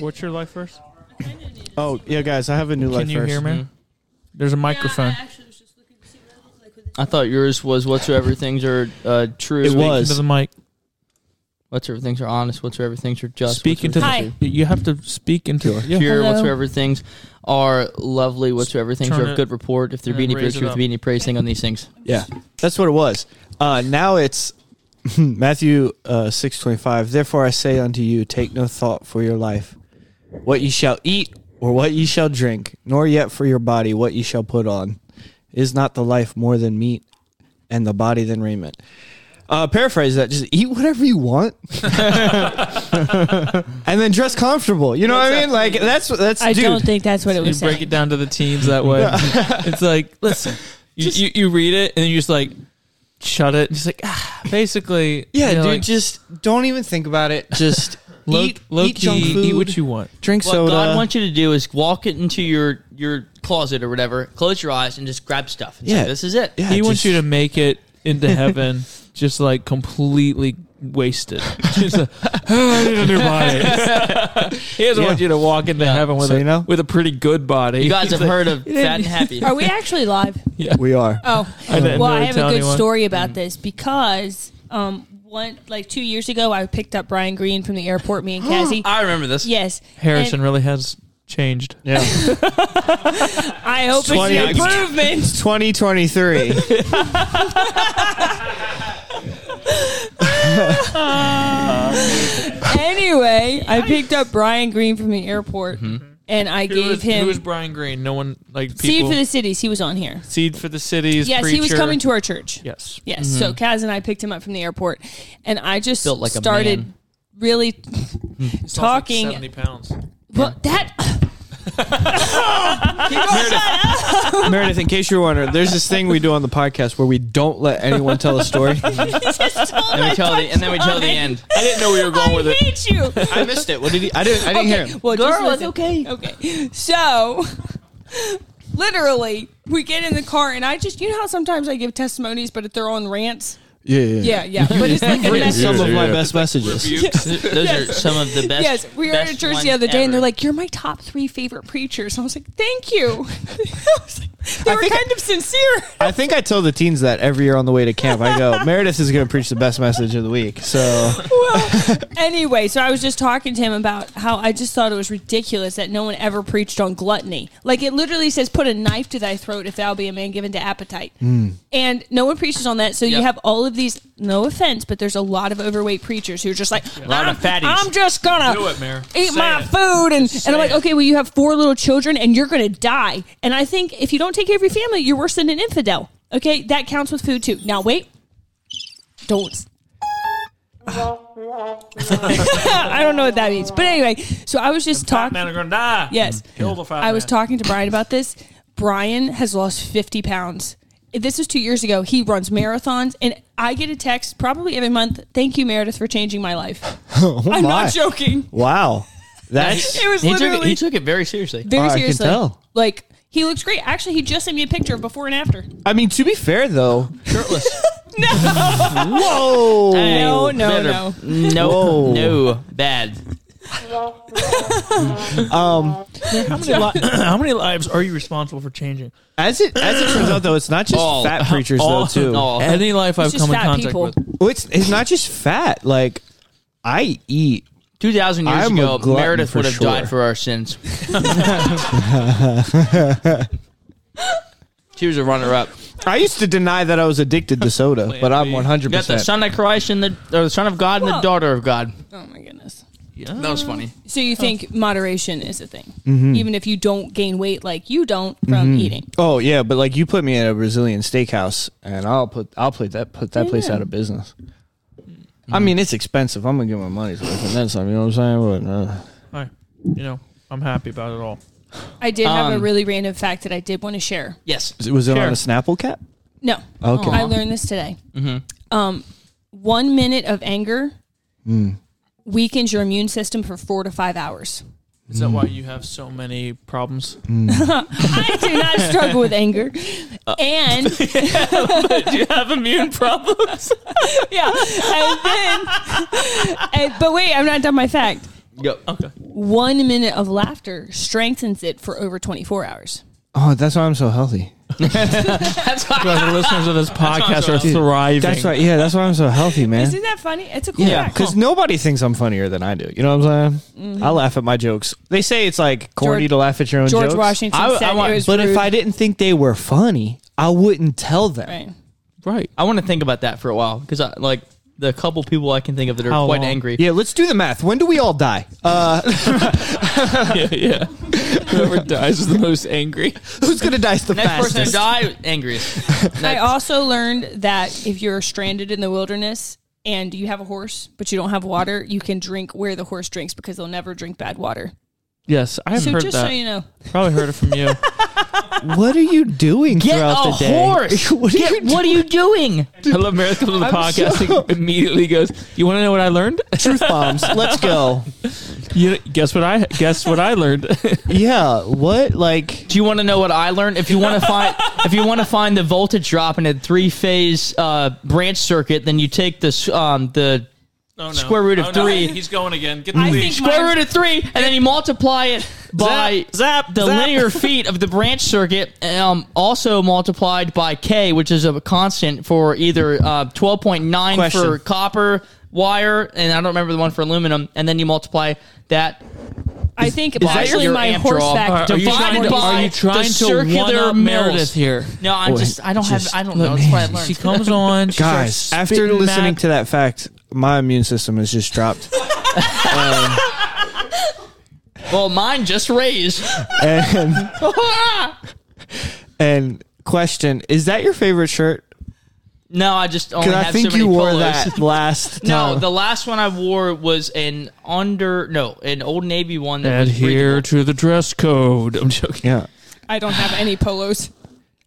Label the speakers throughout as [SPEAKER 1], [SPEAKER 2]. [SPEAKER 1] What's your life verse?
[SPEAKER 2] Oh yeah, guys, I have a new life
[SPEAKER 3] Can you
[SPEAKER 2] verse.
[SPEAKER 3] hear
[SPEAKER 4] Hmm.
[SPEAKER 3] me? There's a microphone.
[SPEAKER 4] I thought yours was whatsoever things are uh, true.
[SPEAKER 2] It
[SPEAKER 4] Speak-
[SPEAKER 2] was.
[SPEAKER 3] Into the mic.
[SPEAKER 4] Whatsoever things are honest. Whatsoever things are just.
[SPEAKER 3] Speak into
[SPEAKER 4] whatsoever
[SPEAKER 3] the. You have to speak into
[SPEAKER 2] Sure.
[SPEAKER 3] yeah.
[SPEAKER 4] pure,
[SPEAKER 3] Hello.
[SPEAKER 4] whatsoever things are lovely, whatsoever things
[SPEAKER 3] turn
[SPEAKER 4] are
[SPEAKER 3] it
[SPEAKER 4] of good report, if there be
[SPEAKER 3] and
[SPEAKER 4] any
[SPEAKER 3] raise it
[SPEAKER 4] virtue, if
[SPEAKER 3] up.
[SPEAKER 4] there be any praise, sing on these things.
[SPEAKER 2] Yeah, that's what it was. Uh, now it's Matthew uh, six twenty five. Therefore I say unto you, take no thought for your life, what ye shall eat or what ye shall drink, nor yet for your body what ye shall put on. Is not the life more than meat, and the body than raiment? Uh, paraphrase that. Just eat whatever you want, and then dress comfortable. You know what I mean? Like that's that's.
[SPEAKER 5] I
[SPEAKER 2] dude,
[SPEAKER 5] don't think that's what it
[SPEAKER 3] You
[SPEAKER 5] was.
[SPEAKER 3] break
[SPEAKER 5] saying.
[SPEAKER 3] it down to the teams that way. it's like listen, you, you you read it and you just like shut it. Just like ah, basically,
[SPEAKER 2] Yeah,
[SPEAKER 3] you know,
[SPEAKER 2] dude.
[SPEAKER 3] like,
[SPEAKER 2] just don't even think about it. Just
[SPEAKER 3] low,
[SPEAKER 2] eat,
[SPEAKER 3] low
[SPEAKER 2] eat
[SPEAKER 3] key,
[SPEAKER 2] junk food.
[SPEAKER 3] eat what you want.
[SPEAKER 2] drink
[SPEAKER 4] What
[SPEAKER 2] soda.
[SPEAKER 4] God wants you to do is walk it into your your closet or whatever, close your eyes, and just grab stuff. And yeah,
[SPEAKER 2] Yeah.
[SPEAKER 4] say, this is it.
[SPEAKER 2] Yeah,
[SPEAKER 3] he wants
[SPEAKER 2] just-
[SPEAKER 3] you to make it into heaven just like completely wasted. Just like, "Ah, I need a new body. he doesn't
[SPEAKER 2] Yeah.
[SPEAKER 3] want you to walk into heaven with
[SPEAKER 2] So
[SPEAKER 3] a
[SPEAKER 2] you know?
[SPEAKER 3] with a pretty good body.
[SPEAKER 4] You guys
[SPEAKER 3] He's
[SPEAKER 4] have
[SPEAKER 3] like,
[SPEAKER 4] heard of fat and happy.
[SPEAKER 5] Are we actually live?
[SPEAKER 2] We are.
[SPEAKER 5] Oh,
[SPEAKER 3] I didn't
[SPEAKER 5] well, I
[SPEAKER 3] really
[SPEAKER 5] have
[SPEAKER 3] tell
[SPEAKER 5] a good
[SPEAKER 3] anyone. Mm.
[SPEAKER 5] story about this because um, one like two years ago, I picked up Brian Green from the airport. Me and Cassie.
[SPEAKER 4] I remember this.
[SPEAKER 5] yes,
[SPEAKER 3] Harrison
[SPEAKER 5] And
[SPEAKER 3] really has changed.
[SPEAKER 2] Yeah.
[SPEAKER 5] I hope it's
[SPEAKER 2] Twenty-
[SPEAKER 5] an improvement.
[SPEAKER 2] 2023.
[SPEAKER 5] anyway, I picked up Brian Green from the airport,
[SPEAKER 3] Mm-hmm.
[SPEAKER 5] and I
[SPEAKER 3] Who
[SPEAKER 5] gave
[SPEAKER 3] was,
[SPEAKER 5] him
[SPEAKER 3] who was Brian Green? No one like people.
[SPEAKER 5] seed for the cities. He was on here.
[SPEAKER 3] Seed for the cities.
[SPEAKER 5] Yes, he was
[SPEAKER 3] preacher. Mm-hmm.
[SPEAKER 5] coming to our church.
[SPEAKER 3] Yes.
[SPEAKER 5] Yes. So Kaz and I picked him up from the airport, and I just
[SPEAKER 4] Built like a
[SPEAKER 5] started
[SPEAKER 4] man.
[SPEAKER 5] really talking.
[SPEAKER 3] Seventy pounds.
[SPEAKER 5] well, that
[SPEAKER 2] Meredith, in case you're wondering, there's this thing we do on the podcast where we don't let anyone tell a story.
[SPEAKER 4] And we tell the and then we tell the end.
[SPEAKER 3] I didn't know we were going
[SPEAKER 5] I
[SPEAKER 3] with it.
[SPEAKER 5] hate you.
[SPEAKER 2] I missed it. What did he? I didn't. I didn't hear him.
[SPEAKER 5] Well,
[SPEAKER 4] Girl, it's
[SPEAKER 5] okay. Okay. So, literally, we get in the car, and I just, you know how sometimes I give testimonies, but if they're on rants,
[SPEAKER 2] Yeah, yeah.
[SPEAKER 5] yeah, yeah. But it's like a
[SPEAKER 2] Written
[SPEAKER 5] message.
[SPEAKER 2] some of my
[SPEAKER 6] Yeah.
[SPEAKER 2] best messages.
[SPEAKER 4] Those are some of the best.
[SPEAKER 5] Yes, we were at a
[SPEAKER 4] best
[SPEAKER 5] church
[SPEAKER 4] ones
[SPEAKER 5] the other day, and they're
[SPEAKER 4] ever.
[SPEAKER 5] like, "You're my top three favorite preachers." And I was like, "Thank you." I was like, they
[SPEAKER 2] I
[SPEAKER 5] were
[SPEAKER 2] think I-
[SPEAKER 5] kind of sincere.
[SPEAKER 2] I think I tell the teens that every year on the way to camp. I go, Meredith is going to preach the best message of the week. So
[SPEAKER 5] well, anyway, so I was just talking to him about how I just thought it was ridiculous that no one ever preached on gluttony. Like it literally says, "Put a knife to thy throat if thou be a man given to appetite," and no one preaches on that. So you
[SPEAKER 4] Yep.
[SPEAKER 5] have all of these. No offense, but there's a lot of overweight preachers who are just like,
[SPEAKER 4] lot
[SPEAKER 5] I'm,
[SPEAKER 4] of fatties.
[SPEAKER 5] I'm just gonna
[SPEAKER 3] Do it, Mayor.
[SPEAKER 5] eat
[SPEAKER 3] Say
[SPEAKER 5] my
[SPEAKER 3] it.
[SPEAKER 5] food," and and I'm like,
[SPEAKER 3] it.
[SPEAKER 5] "Okay, well, you have four little children, and you're gonna die." And I think if you don't take care of your family, you're worse than an infidel. Okay, that counts with food too. Now wait, don't I don't know what that means. But anyway, so I was just
[SPEAKER 3] Fat
[SPEAKER 5] talking.
[SPEAKER 3] men are gonna die. Mm.
[SPEAKER 5] Yes.
[SPEAKER 3] Kill the fat
[SPEAKER 5] I was
[SPEAKER 3] man.
[SPEAKER 5] talking to Brian about this. Brian has lost 50 pounds. This was two years ago. He runs marathons, and I get a text probably every month. Thank you, Meredith, for changing my life. I'm
[SPEAKER 2] Oh my.
[SPEAKER 5] not joking.
[SPEAKER 2] wow, that's
[SPEAKER 5] It was
[SPEAKER 4] he took it,
[SPEAKER 5] literally
[SPEAKER 4] he took it very seriously.
[SPEAKER 5] very
[SPEAKER 2] I can
[SPEAKER 5] seriously.
[SPEAKER 2] tell.
[SPEAKER 5] Like he looks great. Actually, he just sent me a picture of before and after.
[SPEAKER 2] I mean, to be fair though.
[SPEAKER 4] Shirtless.
[SPEAKER 2] Whoa.
[SPEAKER 5] no, no,
[SPEAKER 4] Better.
[SPEAKER 5] no.
[SPEAKER 4] No, no, bad.
[SPEAKER 3] How many, li- how many lives are you responsible for changing?
[SPEAKER 2] As it as it turns out though, it's not just
[SPEAKER 4] All.
[SPEAKER 2] fat preachers
[SPEAKER 3] All.
[SPEAKER 2] though too.
[SPEAKER 4] All.
[SPEAKER 3] Any life I've
[SPEAKER 5] just
[SPEAKER 3] come in
[SPEAKER 5] fat
[SPEAKER 3] contact
[SPEAKER 5] people.
[SPEAKER 3] with.
[SPEAKER 2] Well, It's it's not just fat. Like I eat.
[SPEAKER 4] Two thousand years
[SPEAKER 2] I'm a
[SPEAKER 4] ago,
[SPEAKER 2] glutton
[SPEAKER 4] Meredith
[SPEAKER 2] for
[SPEAKER 4] would have
[SPEAKER 2] sure.
[SPEAKER 4] died for our sins. she was a runner-up.
[SPEAKER 2] I used to deny that I was addicted to soda, but I'm 100.
[SPEAKER 4] You got the
[SPEAKER 2] percent
[SPEAKER 4] son of Christ and the, or the son of God and
[SPEAKER 5] Well-
[SPEAKER 4] the daughter of God.
[SPEAKER 5] Oh my goodness.
[SPEAKER 4] That was funny.
[SPEAKER 5] So you think moderation is a thing, even if you don't gain weight like you don't from eating.
[SPEAKER 2] Oh yeah, but like you put me at a Brazilian steakhouse, and I'll put I'll put that put that place out of business. I mean, it's expensive. I'm gonna get my money's worth, and then some. You know what I'm saying? But, uh,
[SPEAKER 3] Hi. You know, I'm happy about it all.
[SPEAKER 5] I did have a
[SPEAKER 4] Um,
[SPEAKER 5] really random fact that I did want to share.
[SPEAKER 4] Yes.
[SPEAKER 2] was it
[SPEAKER 3] Sure.
[SPEAKER 2] on a Snapple cap?
[SPEAKER 5] No,
[SPEAKER 2] Okay.
[SPEAKER 5] I learned this today.
[SPEAKER 4] Mm-hmm.
[SPEAKER 5] Um, one minute of anger weakens your immune system for four to five hours.
[SPEAKER 3] Is that why you have so many problems?
[SPEAKER 5] I do not struggle with anger.
[SPEAKER 4] Uh,
[SPEAKER 5] And
[SPEAKER 4] Do you have immune problems?
[SPEAKER 5] yeah, and then, and- but wait, I'm not done my fact.
[SPEAKER 4] yep. Okay.
[SPEAKER 5] One minute of laughter strengthens it for over 24 hours.
[SPEAKER 2] Oh, that's why I'm so healthy.
[SPEAKER 4] That's why.
[SPEAKER 3] Because the listeners of this podcast are
[SPEAKER 4] That's
[SPEAKER 3] thriving.
[SPEAKER 2] That's right. Yeah, that's why I'm so healthy, man.
[SPEAKER 5] Isn't that funny? It's a cool
[SPEAKER 2] Yeah,
[SPEAKER 5] fact.
[SPEAKER 2] because nobody thinks I'm funnier than I do. You know what I'm saying? I laugh at my jokes. They say it's like corny
[SPEAKER 5] George-
[SPEAKER 2] to laugh at your own
[SPEAKER 5] George
[SPEAKER 2] jokes.
[SPEAKER 5] Washington
[SPEAKER 4] I- I
[SPEAKER 5] said
[SPEAKER 4] want-
[SPEAKER 5] it was
[SPEAKER 2] but if
[SPEAKER 5] rude.
[SPEAKER 2] I didn't think they were funny, I wouldn't tell them.
[SPEAKER 5] right.
[SPEAKER 3] Right.
[SPEAKER 4] I want to think about that for a while because I like the couple people I can think of that are
[SPEAKER 3] How
[SPEAKER 4] quite
[SPEAKER 3] long?
[SPEAKER 4] angry.
[SPEAKER 2] Yeah, let's do the math. When do we all die? Uh,
[SPEAKER 3] yeah, yeah. Whoever dies is the most angry.
[SPEAKER 2] who's gonna die the
[SPEAKER 4] Next person to
[SPEAKER 2] fastest?
[SPEAKER 4] die, angriest.
[SPEAKER 5] I also learned that if you're stranded in the wilderness and you have a horse but you don't have water, you can drink where the horse drinks because they'll never drink bad water.
[SPEAKER 3] Yes, I've
[SPEAKER 5] So
[SPEAKER 3] heard
[SPEAKER 5] just
[SPEAKER 3] that.
[SPEAKER 5] so you know,
[SPEAKER 3] Probably heard it from you.
[SPEAKER 2] What are you doing
[SPEAKER 4] Get
[SPEAKER 2] throughout
[SPEAKER 4] a
[SPEAKER 2] the day?
[SPEAKER 4] horse.
[SPEAKER 2] what are you
[SPEAKER 4] Get, what are you doing?
[SPEAKER 3] I love Meredith comes on the
[SPEAKER 2] I'm
[SPEAKER 3] podcast and immediately goes, "You want to know what I learned?
[SPEAKER 2] truth bombs? Let's go.
[SPEAKER 3] you, guess what I guess what I learned?
[SPEAKER 2] Yeah. What? Like
[SPEAKER 4] Do you want to know what I learned? If you want to find, if you want to find the voltage drop in a three phase uh, branch circuit, then you take this um, the
[SPEAKER 3] Oh, no.
[SPEAKER 4] Square root of
[SPEAKER 3] Oh, no.
[SPEAKER 4] three.
[SPEAKER 3] He's going again. Get the
[SPEAKER 5] I
[SPEAKER 3] leash.
[SPEAKER 5] think
[SPEAKER 4] square
[SPEAKER 5] mine-
[SPEAKER 4] root of three, and then you multiply it by
[SPEAKER 2] zap,
[SPEAKER 4] the
[SPEAKER 2] zap.
[SPEAKER 4] linear feet of the branch circuit, um, also multiplied by k, which is a constant for either uh, twelve point nine for
[SPEAKER 2] Question.
[SPEAKER 4] copper wire, and I don't remember the one for aluminum, and then you multiply that
[SPEAKER 5] I think
[SPEAKER 4] that
[SPEAKER 5] actually
[SPEAKER 4] your
[SPEAKER 5] my
[SPEAKER 4] amp
[SPEAKER 5] horse
[SPEAKER 4] draw?
[SPEAKER 5] fact.
[SPEAKER 4] Are you
[SPEAKER 5] divided
[SPEAKER 4] trying to-
[SPEAKER 5] by-
[SPEAKER 4] are you trying to one-up Meredith
[SPEAKER 3] here?
[SPEAKER 4] No, I'm
[SPEAKER 2] Boy,
[SPEAKER 4] just. I don't
[SPEAKER 2] just-
[SPEAKER 4] have. I don't
[SPEAKER 2] look,
[SPEAKER 4] know. That's what I
[SPEAKER 2] man,
[SPEAKER 4] learned.
[SPEAKER 3] She comes on, she
[SPEAKER 2] guys,
[SPEAKER 3] starts
[SPEAKER 2] after
[SPEAKER 3] spitting
[SPEAKER 2] listening
[SPEAKER 3] back-
[SPEAKER 2] to that fact, my immune system has just dropped.
[SPEAKER 4] well, mine just raised.
[SPEAKER 2] and and question: Is that your favorite shirt?
[SPEAKER 4] no, I just only
[SPEAKER 2] Because
[SPEAKER 4] have
[SPEAKER 2] I
[SPEAKER 4] so
[SPEAKER 2] think
[SPEAKER 4] many
[SPEAKER 2] you wore
[SPEAKER 4] colors.
[SPEAKER 2] that last
[SPEAKER 4] No,
[SPEAKER 2] time.
[SPEAKER 4] the last one I wore was an under no, an old navy one that was
[SPEAKER 3] adhere to the dress code. I'm joking.
[SPEAKER 2] yeah.
[SPEAKER 5] I don't have any polos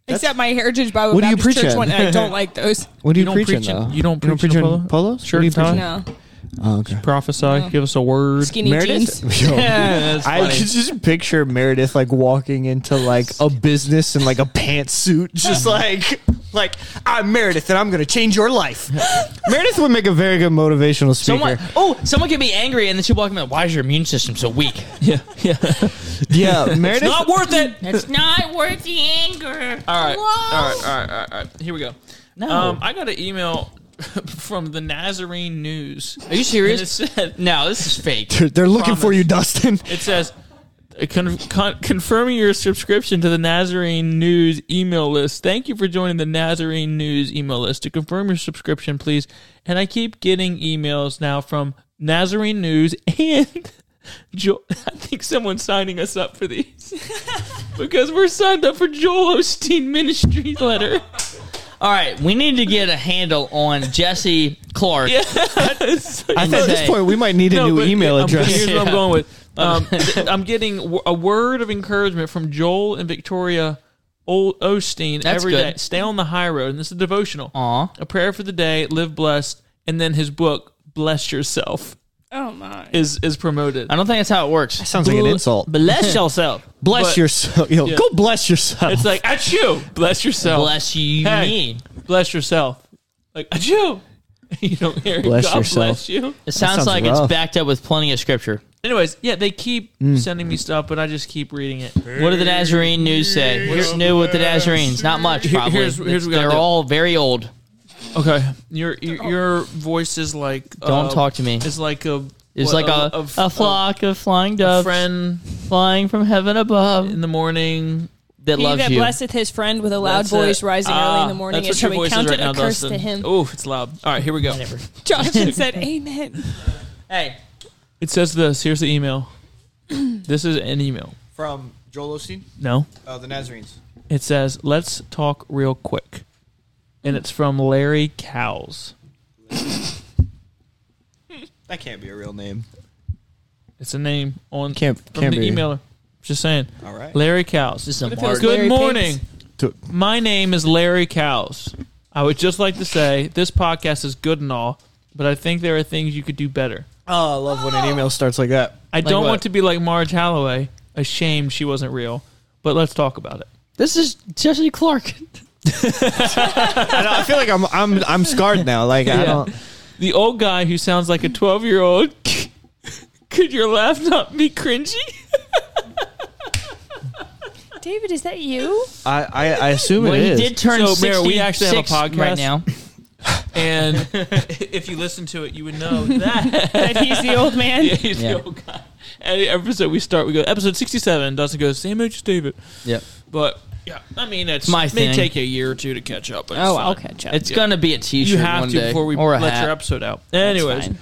[SPEAKER 5] except my Heritage Bible
[SPEAKER 2] What do you
[SPEAKER 5] Baptist
[SPEAKER 2] preach
[SPEAKER 5] Church
[SPEAKER 2] at?
[SPEAKER 5] one. And I don't like those.
[SPEAKER 2] What do you,
[SPEAKER 3] don't
[SPEAKER 2] preach in
[SPEAKER 3] preach in-
[SPEAKER 2] though?
[SPEAKER 3] you don't preach in a polo?
[SPEAKER 2] polos?
[SPEAKER 3] Shirt
[SPEAKER 2] What do you
[SPEAKER 3] and tie?
[SPEAKER 2] preach in?
[SPEAKER 5] No
[SPEAKER 2] Oh, okay.
[SPEAKER 3] Prophesy. Give us a word.
[SPEAKER 5] skinny jeans.
[SPEAKER 2] Yo,
[SPEAKER 4] that's
[SPEAKER 2] I
[SPEAKER 4] funny.
[SPEAKER 2] could just picture Meredith like walking into like a business in like a pantsuit, just like like I'm Meredith and I'm gonna change your life. Meredith would make a very good motivational speaker.
[SPEAKER 4] Someone, oh, someone can be angry, and then she'll walk in and be like, "Why is your immune system so weak?"
[SPEAKER 3] Yeah, yeah.
[SPEAKER 2] Yeah, Meredith.
[SPEAKER 4] Not worth it.
[SPEAKER 5] It's not worth the anger.
[SPEAKER 3] All right.
[SPEAKER 5] Whoa.
[SPEAKER 3] All right. All right. All right. All right. Here we go. No. Um, I got an email from the Nazarene News.
[SPEAKER 4] Are you
[SPEAKER 3] And it
[SPEAKER 4] serious?
[SPEAKER 3] said,
[SPEAKER 4] No, this is fake.
[SPEAKER 2] They're, they're looking for
[SPEAKER 3] Promise.
[SPEAKER 2] you, Dustin.
[SPEAKER 3] it says, con- con- confirming your subscription to the Nazarene News email list. Thank you for joining the Nazarene News email list. To confirm your subscription, please. And I keep getting emails now from Nazarene News and. Jo- I think someone's signing us up for these because we're signed up for Joel Osteen Ministry letter.
[SPEAKER 4] All right, we need to get a handle on Jesse Clark.
[SPEAKER 2] I think at
[SPEAKER 4] Hey.
[SPEAKER 2] this point we might need a new
[SPEAKER 3] but
[SPEAKER 2] email
[SPEAKER 3] I'm-
[SPEAKER 2] address.
[SPEAKER 3] Here's what
[SPEAKER 4] Yeah.
[SPEAKER 3] I'm going with. Um, th- I'm getting w- a word of encouragement from Joel and Victoria Old Osteen
[SPEAKER 4] That's
[SPEAKER 3] every day.
[SPEAKER 4] good.
[SPEAKER 3] Stay on the high road, and this is devotional.
[SPEAKER 4] Aw.
[SPEAKER 3] A prayer for the day. Live blessed, and then his book, Bless Yourself,
[SPEAKER 5] Oh my.
[SPEAKER 3] is is promoted.
[SPEAKER 4] I don't think that's how it works.
[SPEAKER 2] Sounds like an insult.
[SPEAKER 4] Bless yourself.
[SPEAKER 2] Bless
[SPEAKER 3] but-
[SPEAKER 2] yourself. Yo, Go bless yourself.
[SPEAKER 3] It's like at you, bless yourself,
[SPEAKER 4] Bless you,
[SPEAKER 3] Hey.
[SPEAKER 4] me.
[SPEAKER 3] bless yourself, like at you. You don't hear it.
[SPEAKER 2] Bless
[SPEAKER 3] God
[SPEAKER 2] yourself.
[SPEAKER 3] bless you.
[SPEAKER 4] It sounds,
[SPEAKER 2] sounds
[SPEAKER 4] like
[SPEAKER 2] rough.
[SPEAKER 4] it's backed up with plenty of scripture.
[SPEAKER 3] Anyways, yeah, they keep sending me stuff, but I just keep reading it.
[SPEAKER 4] What did the Nazarene news say? What's new with the Nazarenes? Not much,
[SPEAKER 3] Here-
[SPEAKER 4] probably.
[SPEAKER 3] here's- here's what we
[SPEAKER 4] They're
[SPEAKER 3] gotta do.
[SPEAKER 4] all very old.
[SPEAKER 3] Okay, your your,
[SPEAKER 5] Oh.
[SPEAKER 3] your voice is like
[SPEAKER 4] Don't
[SPEAKER 3] uh,
[SPEAKER 4] talk to me.
[SPEAKER 3] It's like a
[SPEAKER 4] It's
[SPEAKER 3] what,
[SPEAKER 4] like a, a, flock of flying doves
[SPEAKER 3] friend
[SPEAKER 4] flying from heaven above
[SPEAKER 3] in the morning.
[SPEAKER 4] that
[SPEAKER 5] He
[SPEAKER 4] loves
[SPEAKER 5] that
[SPEAKER 4] you.
[SPEAKER 5] blesseth his friend with a loud
[SPEAKER 3] That's
[SPEAKER 5] voice
[SPEAKER 3] it.
[SPEAKER 5] rising early
[SPEAKER 3] Ah,
[SPEAKER 5] in the morning
[SPEAKER 3] That's what your
[SPEAKER 5] and shall be
[SPEAKER 3] voice is
[SPEAKER 5] counted
[SPEAKER 3] right now,
[SPEAKER 5] a curse
[SPEAKER 3] Dustin.
[SPEAKER 5] to him.
[SPEAKER 3] Oh, it's loud. All right, here we go.
[SPEAKER 5] Jonathan said, Amen.
[SPEAKER 4] Hey,
[SPEAKER 3] It says this. Here's the email. this is an email.
[SPEAKER 2] From Joel Osteen,
[SPEAKER 3] No,
[SPEAKER 2] uh, the Nazarenes.
[SPEAKER 3] it says let's talk real quick, and it's from Larry Cows.
[SPEAKER 2] That can't be a real name.
[SPEAKER 3] It's a name on
[SPEAKER 2] Can't-
[SPEAKER 3] from
[SPEAKER 2] can't
[SPEAKER 3] the
[SPEAKER 2] be.
[SPEAKER 3] emailer. Just saying,
[SPEAKER 2] All right.
[SPEAKER 3] Larry Cows.
[SPEAKER 4] this is a
[SPEAKER 5] if it
[SPEAKER 4] mark.
[SPEAKER 5] was good?
[SPEAKER 3] Good
[SPEAKER 5] Larry
[SPEAKER 3] morning.
[SPEAKER 2] To-
[SPEAKER 3] My name is Larry Cows. I would just like to say this podcast is good and all, but I think there are things you could do better.
[SPEAKER 2] Oh, I love when an email starts like that.
[SPEAKER 3] I don't
[SPEAKER 4] what?
[SPEAKER 3] want to be like Marge Holloway, ashamed she wasn't real. But let's talk about it.
[SPEAKER 4] This is Jesse Clark.
[SPEAKER 2] I, know, I feel like I'm I'm I'm scarred now. Like I
[SPEAKER 3] Yeah.
[SPEAKER 2] don't.
[SPEAKER 3] The old guy who sounds like a 12 year old. Could your laugh not be cringy?
[SPEAKER 5] David, is that you?
[SPEAKER 2] I I, I assume
[SPEAKER 4] Well,
[SPEAKER 2] it
[SPEAKER 4] he
[SPEAKER 2] is.
[SPEAKER 4] did turn
[SPEAKER 3] So,
[SPEAKER 4] 66
[SPEAKER 3] Mara, we actually have a podcast.
[SPEAKER 4] right now.
[SPEAKER 3] And if you listen to it, you would know that
[SPEAKER 5] that he's the old man?
[SPEAKER 3] Yeah, he's
[SPEAKER 4] Yeah.
[SPEAKER 3] the old guy. And every episode we start, we go episode sixty-seven. Dustin goes same age as David,
[SPEAKER 4] Yep.
[SPEAKER 3] but yeah, I mean it's
[SPEAKER 4] My
[SPEAKER 3] may
[SPEAKER 4] thing.
[SPEAKER 3] take you a year or two to catch up. But it's
[SPEAKER 5] Oh,
[SPEAKER 3] fine.
[SPEAKER 5] I'll catch up.
[SPEAKER 4] It's gonna be a T-shirt
[SPEAKER 3] You have
[SPEAKER 4] one
[SPEAKER 3] to
[SPEAKER 4] day,
[SPEAKER 3] before we
[SPEAKER 4] or a
[SPEAKER 3] let
[SPEAKER 4] hat.
[SPEAKER 3] your episode out.
[SPEAKER 4] That's
[SPEAKER 3] Anyways,
[SPEAKER 4] fine.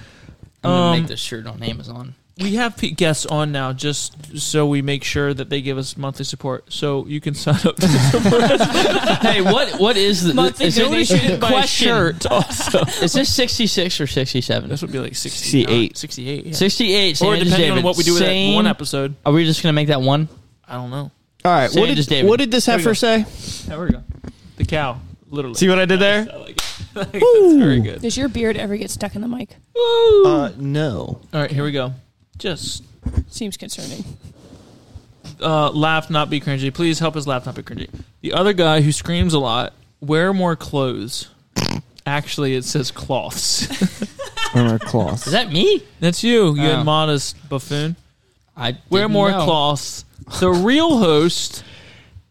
[SPEAKER 4] I'm gonna
[SPEAKER 3] um,
[SPEAKER 4] make this shirt on Amazon.
[SPEAKER 3] we have pe- guests on now just so we make sure that they give us monthly support. So you can sign up. To
[SPEAKER 4] hey, what what is the
[SPEAKER 5] Monthly
[SPEAKER 4] is it-
[SPEAKER 5] donation
[SPEAKER 4] question?
[SPEAKER 3] buy a shirt also.
[SPEAKER 4] Is this 66 or 67?
[SPEAKER 3] this would be like 68.
[SPEAKER 2] 68.
[SPEAKER 3] 68 yeah.
[SPEAKER 4] 68. San
[SPEAKER 3] Or
[SPEAKER 4] Andreas
[SPEAKER 3] depending on
[SPEAKER 4] David.
[SPEAKER 3] what we do with that
[SPEAKER 4] Same-
[SPEAKER 3] one episode.
[SPEAKER 4] Are we just gonna make that one?
[SPEAKER 3] I don't know.
[SPEAKER 2] All right.
[SPEAKER 4] Say
[SPEAKER 2] What
[SPEAKER 4] it just
[SPEAKER 2] did,
[SPEAKER 4] David.
[SPEAKER 2] what did this
[SPEAKER 3] There we go.
[SPEAKER 2] heifer say?
[SPEAKER 3] There we go. The cow, literally.
[SPEAKER 2] See what I did there?
[SPEAKER 3] I like it. I think that's very good.
[SPEAKER 5] Does your beard ever get stuck in the mic?
[SPEAKER 2] Uh, no.
[SPEAKER 3] All right, here we go. Just
[SPEAKER 5] Seems concerning.
[SPEAKER 3] uh, laugh, not be cringy. Please help us laugh, not be cringy. The other guy who screams a lot, wear more clothes. Actually, it says cloths.
[SPEAKER 2] Armor cloth.
[SPEAKER 4] Is that me?
[SPEAKER 3] That's you, you
[SPEAKER 4] Oh.
[SPEAKER 3] modest buffoon.
[SPEAKER 4] I
[SPEAKER 3] Wear
[SPEAKER 4] didn't
[SPEAKER 3] more
[SPEAKER 4] know.
[SPEAKER 3] cloths. The real host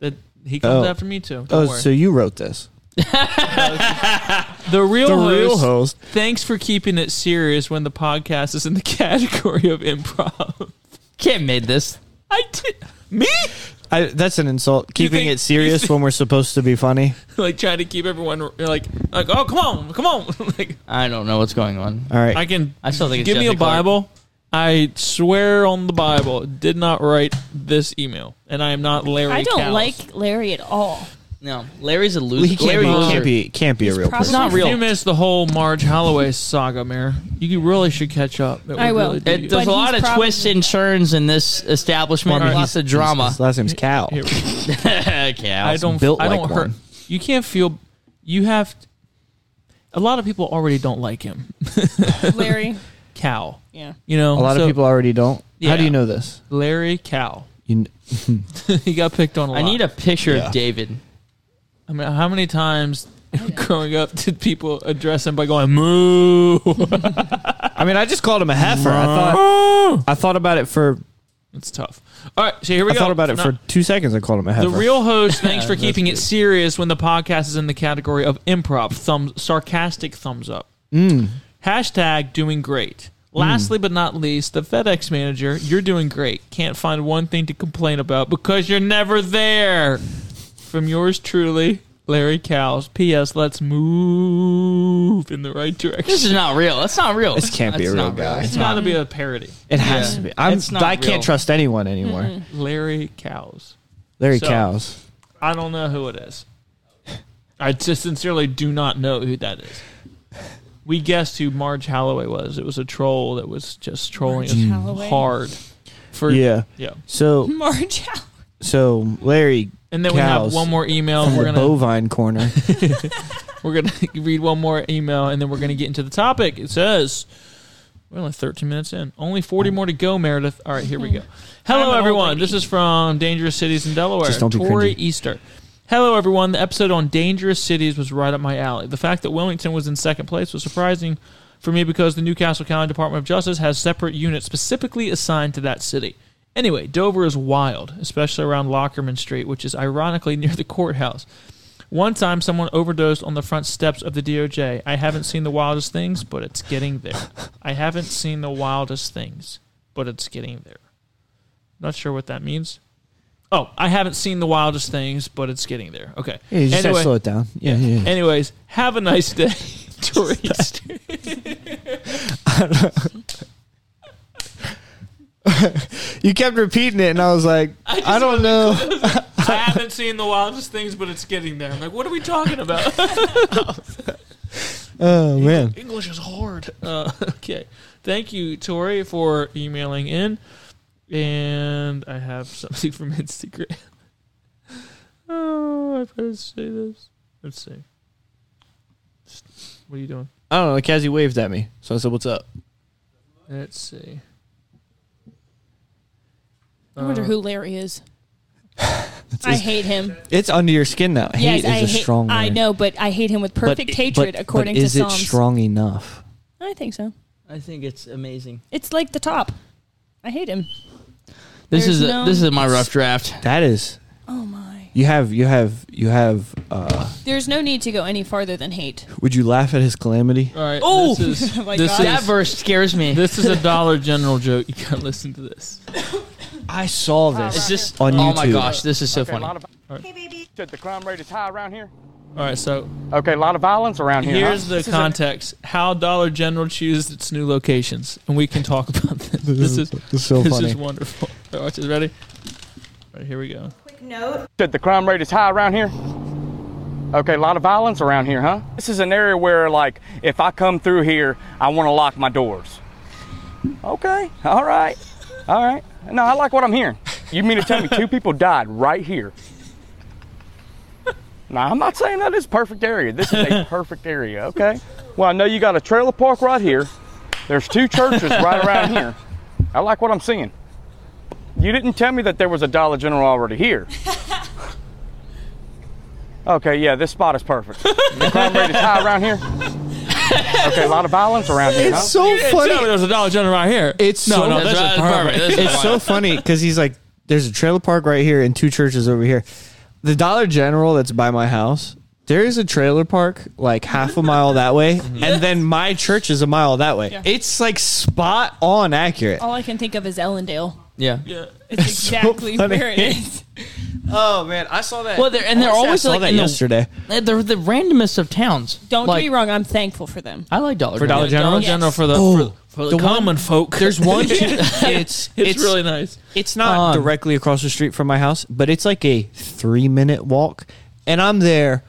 [SPEAKER 3] that he comes
[SPEAKER 2] Oh.
[SPEAKER 3] after me too. Don't
[SPEAKER 2] Oh,
[SPEAKER 3] worry.
[SPEAKER 2] so you wrote this?
[SPEAKER 3] the real
[SPEAKER 2] The
[SPEAKER 3] host.
[SPEAKER 2] real host.
[SPEAKER 3] Thanks for keeping it serious when the podcast is in the category of improv.
[SPEAKER 4] Kim made this.
[SPEAKER 3] I did me
[SPEAKER 2] I, that's an insult. Keeping
[SPEAKER 3] think-
[SPEAKER 2] it serious when we're supposed to be funny.
[SPEAKER 3] like trying to keep everyone like like oh come on come on like
[SPEAKER 4] I don't know what's going on.
[SPEAKER 2] All right.
[SPEAKER 3] I can
[SPEAKER 4] I still think it's
[SPEAKER 3] give me a
[SPEAKER 4] Jesse Clark.
[SPEAKER 3] Bible. I swear on the Bible, did not write this email, and I am not Larry.
[SPEAKER 5] I don't
[SPEAKER 3] Cowles.
[SPEAKER 5] like Larry at all.
[SPEAKER 4] No, Larry's a loser.
[SPEAKER 2] he can't,
[SPEAKER 4] Larry
[SPEAKER 2] be,
[SPEAKER 4] loser.
[SPEAKER 2] can't be can't be a
[SPEAKER 5] He's
[SPEAKER 2] real
[SPEAKER 5] probably-
[SPEAKER 2] person.
[SPEAKER 4] not real.
[SPEAKER 3] You missed the whole Marge Holloway saga, Mayor. You really should catch up. It would
[SPEAKER 5] I will.
[SPEAKER 3] really do you-
[SPEAKER 4] It, there's a
[SPEAKER 5] But
[SPEAKER 4] lot
[SPEAKER 5] he's
[SPEAKER 4] of
[SPEAKER 5] probably-
[SPEAKER 4] twists and turns in this establishment.
[SPEAKER 3] Well, I mean,
[SPEAKER 4] lots of drama.
[SPEAKER 2] His last name's Cal.
[SPEAKER 3] Here,
[SPEAKER 4] okay, I'll-
[SPEAKER 3] I don't.
[SPEAKER 2] built
[SPEAKER 3] I don't
[SPEAKER 2] like
[SPEAKER 3] hurt.
[SPEAKER 2] one.
[SPEAKER 3] You can't feel. You have. t- a lot of people already don't like him,
[SPEAKER 5] Larry.
[SPEAKER 3] Cal.
[SPEAKER 5] Yeah.
[SPEAKER 3] You know,
[SPEAKER 2] A lot
[SPEAKER 3] so
[SPEAKER 2] of people already don't. How
[SPEAKER 3] Yeah.
[SPEAKER 2] do you know this?
[SPEAKER 3] Larry Cal.
[SPEAKER 2] You, kn-
[SPEAKER 3] he got picked on. I
[SPEAKER 4] I need a picture
[SPEAKER 2] Yeah.
[SPEAKER 4] of David.
[SPEAKER 3] I mean, how many times growing up did people address him by going moo?
[SPEAKER 2] I mean, I just called him a heifer. I thought I thought about it for
[SPEAKER 3] It's tough. All right, so here we
[SPEAKER 2] I
[SPEAKER 3] go.
[SPEAKER 2] thought about it
[SPEAKER 3] Now,
[SPEAKER 2] for two seconds. I called him a heifer.
[SPEAKER 3] the real host. Thanks for
[SPEAKER 4] That's
[SPEAKER 3] keeping it serious when the podcast is in the category of improv. Thumbs, sarcastic thumbs up.
[SPEAKER 2] Mm.
[SPEAKER 3] Hashtag doing great. Lastly but not least, the FedEx manager. You're doing great. Can't find one thing to complain about because you're never there. From yours truly, Larry Cowles. P.S. Let's move in the right direction.
[SPEAKER 4] This is not real. That's not real.
[SPEAKER 2] This can't be
[SPEAKER 4] That's
[SPEAKER 2] a real
[SPEAKER 4] not
[SPEAKER 2] guy.
[SPEAKER 3] It's got to be a parody.
[SPEAKER 2] it has
[SPEAKER 4] Yeah.
[SPEAKER 2] to be. I'm,
[SPEAKER 4] It's not
[SPEAKER 2] I can't
[SPEAKER 4] real.
[SPEAKER 2] trust anyone anymore.
[SPEAKER 3] Larry Cowles.
[SPEAKER 2] Larry
[SPEAKER 3] So-
[SPEAKER 2] Cows.
[SPEAKER 3] I don't know who it is. I just sincerely do not know who that is. We guessed who Marge Holloway was. It was a troll that was just trolling
[SPEAKER 5] Marge
[SPEAKER 3] us
[SPEAKER 5] Holloway?
[SPEAKER 3] hard. For
[SPEAKER 2] Yeah.
[SPEAKER 3] yeah.
[SPEAKER 2] So
[SPEAKER 5] Marge Holloway.
[SPEAKER 2] so Larry
[SPEAKER 3] And then we have
[SPEAKER 2] Cows
[SPEAKER 3] one more email.
[SPEAKER 2] from
[SPEAKER 3] We're
[SPEAKER 2] the
[SPEAKER 3] gonna
[SPEAKER 2] bovine corner.
[SPEAKER 3] we're gonna read one more email, and then we're gonna get into the topic. It says. We're only 13 minutes in. Only 40 more to go, Meredith. All right, here we go.
[SPEAKER 5] I'm an
[SPEAKER 3] Hello,
[SPEAKER 5] old
[SPEAKER 3] everyone.
[SPEAKER 5] lady.
[SPEAKER 3] This is from Dangerous Cities in Delaware.
[SPEAKER 2] Just don't be
[SPEAKER 3] Tori
[SPEAKER 2] cringy.
[SPEAKER 3] Easter. Hello, everyone. The episode on Dangerous Cities was right up my alley. The fact that Wilmington was in second place was surprising for me because the Newcastle County Department of Justice has separate units specifically assigned to that city. Anyway, Dover is wild, especially around Lockerman Street, which is ironically near the courthouse. One time, someone overdosed on the front steps of the DOJ. I haven't seen the wildest things, but it's getting there. I haven't seen the wildest things, but it's getting there. Not sure what that means. Oh, I haven't seen the wildest things, but it's getting there. Okay.
[SPEAKER 2] Yeah, you just gotta slow it down. Yeah, yeah. yeah.
[SPEAKER 3] anyways, have a nice day, Tori. Easter.
[SPEAKER 2] You kept repeating it, and I was like, I, don't know.
[SPEAKER 3] I haven't seen the wildest things, but it's getting there. I'm like, what are we talking about?
[SPEAKER 2] Oh man.
[SPEAKER 3] English is hard. Uh, okay. Thank you, Tori, for emailing in. And I have something from Instagram. oh, I better say this. Let's see. What are you doing?
[SPEAKER 2] I don't know. Kazzy waved at me, so I said, "What's up?"
[SPEAKER 3] Let's see.
[SPEAKER 5] I wonder who Larry is. I hate him.
[SPEAKER 2] It's under your skin now.
[SPEAKER 5] yes,
[SPEAKER 2] hate
[SPEAKER 5] I
[SPEAKER 2] is a
[SPEAKER 5] hate.
[SPEAKER 2] strong.
[SPEAKER 5] I
[SPEAKER 2] word.
[SPEAKER 5] know, but I hate him with
[SPEAKER 2] But
[SPEAKER 5] perfect
[SPEAKER 2] it-
[SPEAKER 5] hatred,
[SPEAKER 2] but-
[SPEAKER 5] according
[SPEAKER 2] but is
[SPEAKER 5] to
[SPEAKER 2] it
[SPEAKER 5] Psalms.
[SPEAKER 2] strong enough?
[SPEAKER 5] I think so.
[SPEAKER 4] I think it's amazing.
[SPEAKER 5] It's like the top. I hate him.
[SPEAKER 4] This
[SPEAKER 5] There's
[SPEAKER 4] is a,
[SPEAKER 5] no-
[SPEAKER 4] this is my rough draft.
[SPEAKER 2] That is.
[SPEAKER 5] Oh my!
[SPEAKER 2] You have. You have. You have. Uh,
[SPEAKER 5] There's no need to go any farther than hate.
[SPEAKER 2] would you laugh at his calamity?
[SPEAKER 3] All right.
[SPEAKER 5] Oh!
[SPEAKER 3] this is,
[SPEAKER 5] Oh my
[SPEAKER 3] this
[SPEAKER 5] God.
[SPEAKER 4] That
[SPEAKER 3] is,
[SPEAKER 4] verse scares me.
[SPEAKER 3] this is a Dollar General joke. You gotta listen to this.
[SPEAKER 2] I saw this.
[SPEAKER 4] It's just
[SPEAKER 2] on
[SPEAKER 4] Oh my
[SPEAKER 2] YouTube.
[SPEAKER 4] gosh, this is so
[SPEAKER 6] Okay, a lot
[SPEAKER 4] funny.
[SPEAKER 6] of, Said the crime rate is high around here.
[SPEAKER 3] All right. So
[SPEAKER 6] Okay, a lot of violence around here. huh?
[SPEAKER 3] here's the context: how Dollar General chooses its new locations, and we can talk about this. This is
[SPEAKER 2] this is so
[SPEAKER 3] this
[SPEAKER 2] funny.
[SPEAKER 3] is wonderful. All right, watch this. Ready? All right. Here we go.
[SPEAKER 6] Said the crime rate is high around here. Okay, a lot of violence around here, huh? This is an area where, like, if I come through here, I want to lock my doors. Okay, all right, all right. No, I like what I'm hearing. You mean to tell me two people died right here? No, I'm not saying that is a perfect area. This is a perfect area, okay? Well, I know you got a trailer park right here. There's two churches right around here. I like what I'm seeing. You didn't tell me that there was a Dollar General already here. Okay, yeah, this spot is perfect. The crime rate is high around here. Okay, a lot of violence around here. huh?
[SPEAKER 2] It's so
[SPEAKER 3] Tell me
[SPEAKER 2] funny.
[SPEAKER 3] there's a Dollar General right here.
[SPEAKER 2] It's
[SPEAKER 3] no,
[SPEAKER 2] so-
[SPEAKER 3] no.
[SPEAKER 2] That's
[SPEAKER 4] right,
[SPEAKER 3] That's, a
[SPEAKER 4] that's
[SPEAKER 3] permit.
[SPEAKER 4] perfect.
[SPEAKER 3] That's-
[SPEAKER 2] It's so funny because he's like, there's a trailer park right here and two churches over here. The Dollar General that's by my house. There is a trailer park like half a mile that way, and then my church is a mile that way. It's like spot on accurate.
[SPEAKER 5] All I can think of is Ellendale.
[SPEAKER 4] Yeah.
[SPEAKER 5] It's exactly
[SPEAKER 2] funny.
[SPEAKER 5] where it is.
[SPEAKER 2] Oh man, I saw that.
[SPEAKER 4] Well, they're and they're always
[SPEAKER 2] I saw
[SPEAKER 4] like
[SPEAKER 2] that
[SPEAKER 4] in the-
[SPEAKER 2] yesterday.
[SPEAKER 4] they're the randomest of towns.
[SPEAKER 5] Don't
[SPEAKER 4] Like,
[SPEAKER 5] get me wrong. I'm thankful for them.
[SPEAKER 4] I like Dollar
[SPEAKER 3] for Dollar General,
[SPEAKER 5] Yes.
[SPEAKER 3] General for the
[SPEAKER 2] Oh,
[SPEAKER 3] for, for the,
[SPEAKER 2] the one-
[SPEAKER 3] common folk.
[SPEAKER 2] There's one. it's, it's
[SPEAKER 3] It's, really nice.
[SPEAKER 2] It's not
[SPEAKER 4] Um,
[SPEAKER 2] directly across the street from my house, but it's like a three minute walk, and I'm there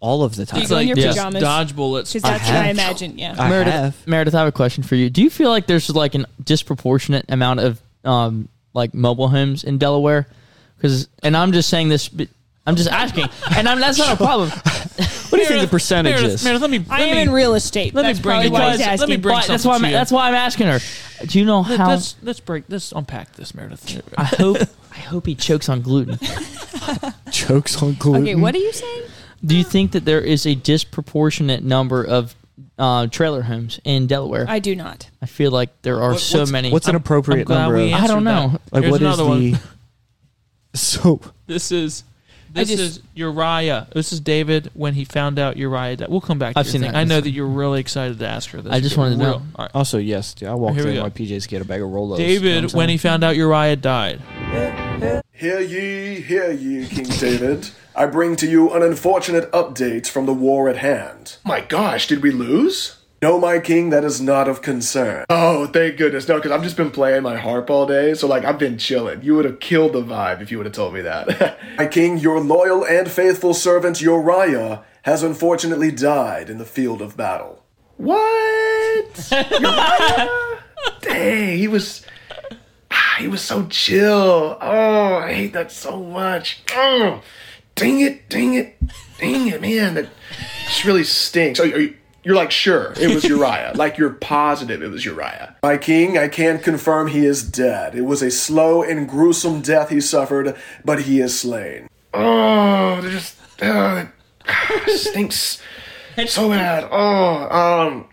[SPEAKER 2] all of the time.
[SPEAKER 5] you go in your
[SPEAKER 4] yes,
[SPEAKER 5] pajamas?
[SPEAKER 3] Dodge bullets.
[SPEAKER 5] Because that's what I
[SPEAKER 2] have.
[SPEAKER 5] imagine. Yeah.
[SPEAKER 2] I
[SPEAKER 4] Meredith,
[SPEAKER 2] have.
[SPEAKER 4] Meredith, I have a question for you. Do you feel like there's like a disproportionate amount of um like mobile homes in Delaware? Because and I'm just saying this. but- I'm just asking, and I'm, that's not a problem.
[SPEAKER 2] What do you think the percentage
[SPEAKER 3] Meredith,
[SPEAKER 2] is?
[SPEAKER 3] Meredith, let me. Let
[SPEAKER 5] I am
[SPEAKER 3] me,
[SPEAKER 5] in real estate.
[SPEAKER 3] let me
[SPEAKER 5] That's
[SPEAKER 3] bring
[SPEAKER 5] probably
[SPEAKER 3] it
[SPEAKER 5] why
[SPEAKER 3] guys-
[SPEAKER 5] he's
[SPEAKER 3] let me
[SPEAKER 5] asking.
[SPEAKER 3] bring
[SPEAKER 4] But that's
[SPEAKER 3] something
[SPEAKER 4] why
[SPEAKER 3] to
[SPEAKER 4] I'm
[SPEAKER 3] you.
[SPEAKER 4] that's why I'm asking her. Do you know how?
[SPEAKER 3] Let's let's break. Let's unpack this, Meredith.
[SPEAKER 4] I hope I hope he chokes on gluten.
[SPEAKER 2] Jokes on gluten.
[SPEAKER 5] Okay, what are you saying?
[SPEAKER 4] Do you think that there is a disproportionate number of uh, trailer homes in Delaware? I,
[SPEAKER 5] I do not.
[SPEAKER 4] feel like there are so
[SPEAKER 2] what's-
[SPEAKER 4] many.
[SPEAKER 2] What's an
[SPEAKER 4] I'm-
[SPEAKER 2] appropriate
[SPEAKER 3] glad
[SPEAKER 2] number?
[SPEAKER 3] we
[SPEAKER 2] Of,
[SPEAKER 4] I don't know.
[SPEAKER 3] answered that.
[SPEAKER 2] like
[SPEAKER 3] Here's
[SPEAKER 2] what is
[SPEAKER 3] another one.
[SPEAKER 2] the so?
[SPEAKER 3] This is this
[SPEAKER 5] just-
[SPEAKER 3] is Uriah. This is David when he found out Uriah died. We'll come back. To
[SPEAKER 4] I've
[SPEAKER 3] your
[SPEAKER 4] seen
[SPEAKER 3] thing.
[SPEAKER 4] that.
[SPEAKER 3] I know that you're really excited to ask her this.
[SPEAKER 4] I just wanted to
[SPEAKER 3] Real-
[SPEAKER 4] know.
[SPEAKER 3] All right.
[SPEAKER 2] Also, yes, dude, I walked
[SPEAKER 3] Here we
[SPEAKER 2] in
[SPEAKER 3] go.
[SPEAKER 2] my PJs to get a bag of Rolos. You know
[SPEAKER 3] David
[SPEAKER 2] what I'm
[SPEAKER 3] when he found out Uriah died.
[SPEAKER 7] Hear ye, hear ye, King David. I bring to you an unfortunate update from the war at hand. My gosh, did we lose? No, my king, that is not of concern. Oh, thank goodness. No, because I've just been playing my harp all day, so like I've been chilling. You would have killed the vibe if you would have told me that. my king, your loyal and faithful servant Uriah has unfortunately died in the field of battle. What? Dang, he was he was so chill. Oh, I hate that so much. Oh, dang it, dang it, dang it, man. That just really stinks. So are you, you're like, sure, it was Uriah. like, you're positive it was Uriah. My king, I can confirm he is dead. It was a slow and gruesome death he suffered, but he is slain. Oh, they just uh, stinks so bad. Oh, um,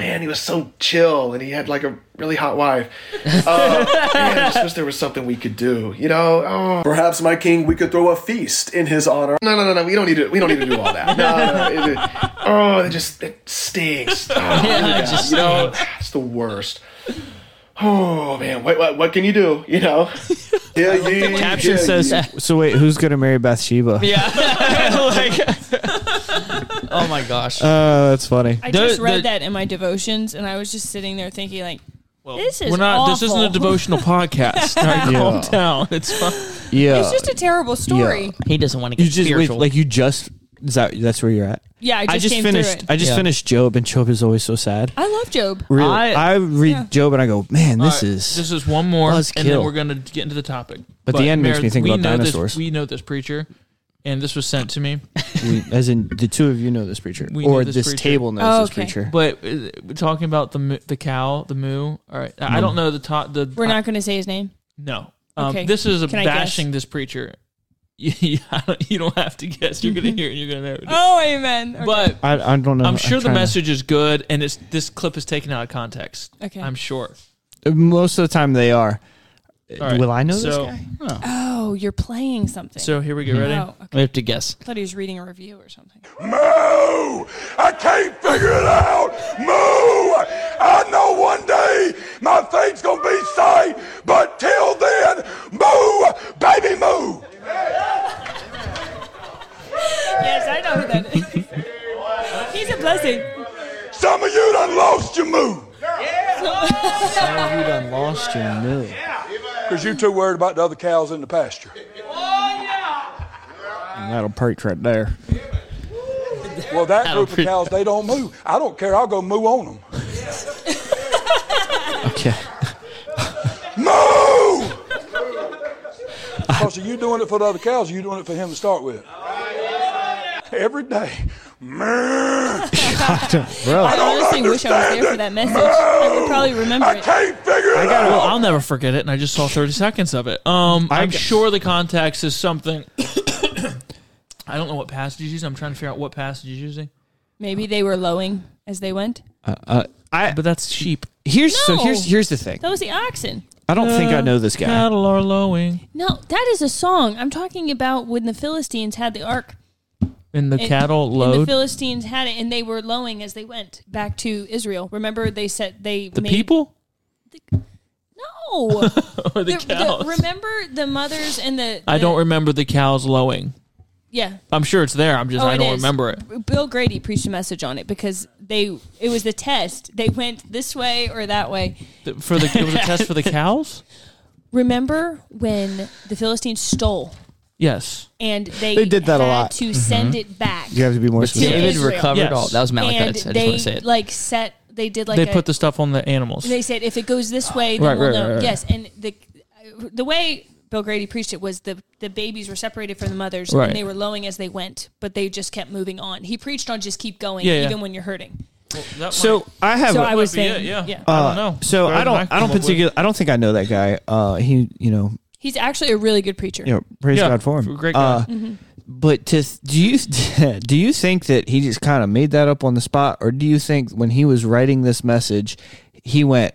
[SPEAKER 7] man, he was so chill, and he had like a really hot wife. Uh, man, I just wish there was something we could do, you know? Oh. Perhaps, my king, we could throw a feast in his honor. No, no, no, no. We don't need to. We don't need to do all that. No, no, no. It- it- oh, it just it stinks. Oh, yeah, just you know, it's the worst. Oh man, what, what what can you do? You know? Yeah, you.
[SPEAKER 3] Caption says
[SPEAKER 2] saying? So wait, who's gonna marry Bathsheba?
[SPEAKER 4] Yeah. oh my gosh.
[SPEAKER 2] Uh, that's funny.
[SPEAKER 5] I
[SPEAKER 4] There-
[SPEAKER 5] just read
[SPEAKER 4] there-
[SPEAKER 5] that in my devotions, and I was just sitting there thinking, like, this is
[SPEAKER 3] We're not. This isn't a
[SPEAKER 5] awful.
[SPEAKER 3] devotional podcast. All right, Calm down. It's fine.
[SPEAKER 2] Yeah,
[SPEAKER 5] It's just a terrible story. Yeah,
[SPEAKER 4] he doesn't want to get
[SPEAKER 2] you just wait,
[SPEAKER 4] spiritual.
[SPEAKER 2] like you just is that that's where you're at.
[SPEAKER 5] I just, came
[SPEAKER 2] finished.
[SPEAKER 5] through it.
[SPEAKER 2] I just
[SPEAKER 4] Yeah.
[SPEAKER 2] finished Job, and Job is always so sad.
[SPEAKER 5] I love Job.
[SPEAKER 2] Really,
[SPEAKER 4] I-
[SPEAKER 2] I, read
[SPEAKER 5] Yeah.
[SPEAKER 2] Job and I go, man, this
[SPEAKER 3] All right,
[SPEAKER 2] is
[SPEAKER 3] this is one more,
[SPEAKER 2] Buzzkill.
[SPEAKER 3] and then we're going to get into the topic.
[SPEAKER 2] But the end makes me think
[SPEAKER 3] we
[SPEAKER 2] about
[SPEAKER 3] know this-
[SPEAKER 2] dinosaurs.
[SPEAKER 3] we know this preacher. and this was sent to me.
[SPEAKER 2] We, as in, the two of you know this preacher,
[SPEAKER 3] We
[SPEAKER 2] or
[SPEAKER 3] know this
[SPEAKER 2] this,
[SPEAKER 3] preacher.
[SPEAKER 2] table knows
[SPEAKER 5] Oh,
[SPEAKER 2] this
[SPEAKER 5] okay.
[SPEAKER 2] preacher.
[SPEAKER 3] But uh, we're talking about the moo- the cow, the moo. All right, I I don't know the top. The
[SPEAKER 5] We're not going to say his name.
[SPEAKER 3] no. Um,
[SPEAKER 5] Okay.
[SPEAKER 3] This is a
[SPEAKER 5] Can I
[SPEAKER 3] bashing this preacher. you don't have to guess. You're gonna hear it. You're gonna know.
[SPEAKER 5] Oh, amen. Okay.
[SPEAKER 3] But
[SPEAKER 2] I, Um, I don't know.
[SPEAKER 3] I'm sure the
[SPEAKER 2] trying to-
[SPEAKER 3] message is good, and it's this clip is taken out of context.
[SPEAKER 5] Okay.
[SPEAKER 3] I'm sure.
[SPEAKER 2] most of the time they are.
[SPEAKER 3] All right.
[SPEAKER 2] Will I know this
[SPEAKER 3] So-
[SPEAKER 2] guy?
[SPEAKER 5] oh, you're playing something.
[SPEAKER 3] So here we go. Ready?
[SPEAKER 5] oh, okay.
[SPEAKER 4] We have to guess.
[SPEAKER 5] I thought he was reading a review or something.
[SPEAKER 8] Moo! I can't figure it out! Moo! I know one day my faith's gonna be saved, but till then, moo! Baby, moo!
[SPEAKER 5] yes, I know who that is. He's a blessing.
[SPEAKER 8] Some of you done lost your moo,
[SPEAKER 2] You done lost your moo.
[SPEAKER 8] because you too worried about the other cows in the pasture.
[SPEAKER 2] That'll perk right there.
[SPEAKER 8] Well, that
[SPEAKER 4] That'll
[SPEAKER 8] group of
[SPEAKER 4] pre-
[SPEAKER 8] cows, they don't moo. I don't care. I'll go moo on them.
[SPEAKER 2] Okay.
[SPEAKER 8] Moo! Because are you doing it for the other cows? Or you doing it for him to start with? Every day, moo!
[SPEAKER 5] I honestly wish I was there for that message. I would probably remember
[SPEAKER 8] I
[SPEAKER 5] it.
[SPEAKER 8] can't figure it out.
[SPEAKER 3] Well, I'll never forget it, and I just saw 30 seconds of it. Um, I'm sure the context is something. I don't know what passage he's using. I'm trying to figure out what passage he's using.
[SPEAKER 5] Maybe they were lowing as they went.
[SPEAKER 2] I
[SPEAKER 3] But that's sheep.
[SPEAKER 2] here's so
[SPEAKER 5] No.
[SPEAKER 2] here's here's the thing.
[SPEAKER 5] That was the oxen.
[SPEAKER 2] I don't think I know this guy.
[SPEAKER 3] Cattle are lowing,
[SPEAKER 5] No, that is a song. I'm talking about when the Philistines had the ark.
[SPEAKER 3] and the
[SPEAKER 5] And-
[SPEAKER 3] cattle
[SPEAKER 5] And the
[SPEAKER 3] load.
[SPEAKER 5] Philistines had it, and they were lowing as they went back to Israel. Remember, they said they
[SPEAKER 3] the people
[SPEAKER 5] No, the,
[SPEAKER 3] or the,
[SPEAKER 5] the-
[SPEAKER 3] cows?
[SPEAKER 5] remember the mothers and the,
[SPEAKER 3] I
[SPEAKER 5] the-
[SPEAKER 3] don't remember the cows lowing.
[SPEAKER 5] Yeah,
[SPEAKER 3] I'm sure it's there. I'm just
[SPEAKER 5] Oh,
[SPEAKER 3] I
[SPEAKER 5] it
[SPEAKER 3] don't
[SPEAKER 5] is.
[SPEAKER 3] remember it.
[SPEAKER 5] Bill Grady preached a message on it because they it was the test. They went this way or that way.
[SPEAKER 3] The- For the it was a test for the cows.
[SPEAKER 5] Remember when the Philistines stole
[SPEAKER 3] Yes.
[SPEAKER 5] and they
[SPEAKER 2] They did that a
[SPEAKER 5] had
[SPEAKER 2] lot.
[SPEAKER 5] to send
[SPEAKER 3] Mm-hmm.
[SPEAKER 5] it back.
[SPEAKER 2] You have to be more specific.
[SPEAKER 4] David
[SPEAKER 5] Israel.
[SPEAKER 4] recovered
[SPEAKER 3] Yes.
[SPEAKER 4] all. That was Malachi. I
[SPEAKER 5] and
[SPEAKER 4] just
[SPEAKER 5] they
[SPEAKER 4] want to say it.
[SPEAKER 5] like set they did like
[SPEAKER 3] they
[SPEAKER 5] a,
[SPEAKER 3] put the stuff on the animals.
[SPEAKER 5] they said if it goes this way then
[SPEAKER 3] Right,
[SPEAKER 5] we'll
[SPEAKER 3] right,
[SPEAKER 5] know
[SPEAKER 3] right, right.
[SPEAKER 5] yes and the the way bill grady preached it was the the babies were separated from the mothers
[SPEAKER 3] Right.
[SPEAKER 5] and they were lowing as they went but they just kept moving on he preached on just keep going
[SPEAKER 3] Yeah, yeah.
[SPEAKER 5] even when you're hurting
[SPEAKER 2] So I have.
[SPEAKER 5] so
[SPEAKER 2] a-
[SPEAKER 5] i was
[SPEAKER 3] be it,
[SPEAKER 5] saying
[SPEAKER 3] yeah.
[SPEAKER 2] uh,
[SPEAKER 3] I don't know.
[SPEAKER 2] So
[SPEAKER 3] Better than
[SPEAKER 2] I
[SPEAKER 3] I can
[SPEAKER 2] don't. I don't
[SPEAKER 3] come up with.
[SPEAKER 2] particular. I don't think I know that guy. Uh, he, you know,
[SPEAKER 5] he's actually a really good preacher
[SPEAKER 2] you know, praise
[SPEAKER 3] Yeah,
[SPEAKER 2] God for him.
[SPEAKER 3] great guy.
[SPEAKER 2] Uh,
[SPEAKER 5] Mm-hmm.
[SPEAKER 2] But to th- do you do you think that he just kind of made that up on the spot, or do you think when he was writing this message, he went,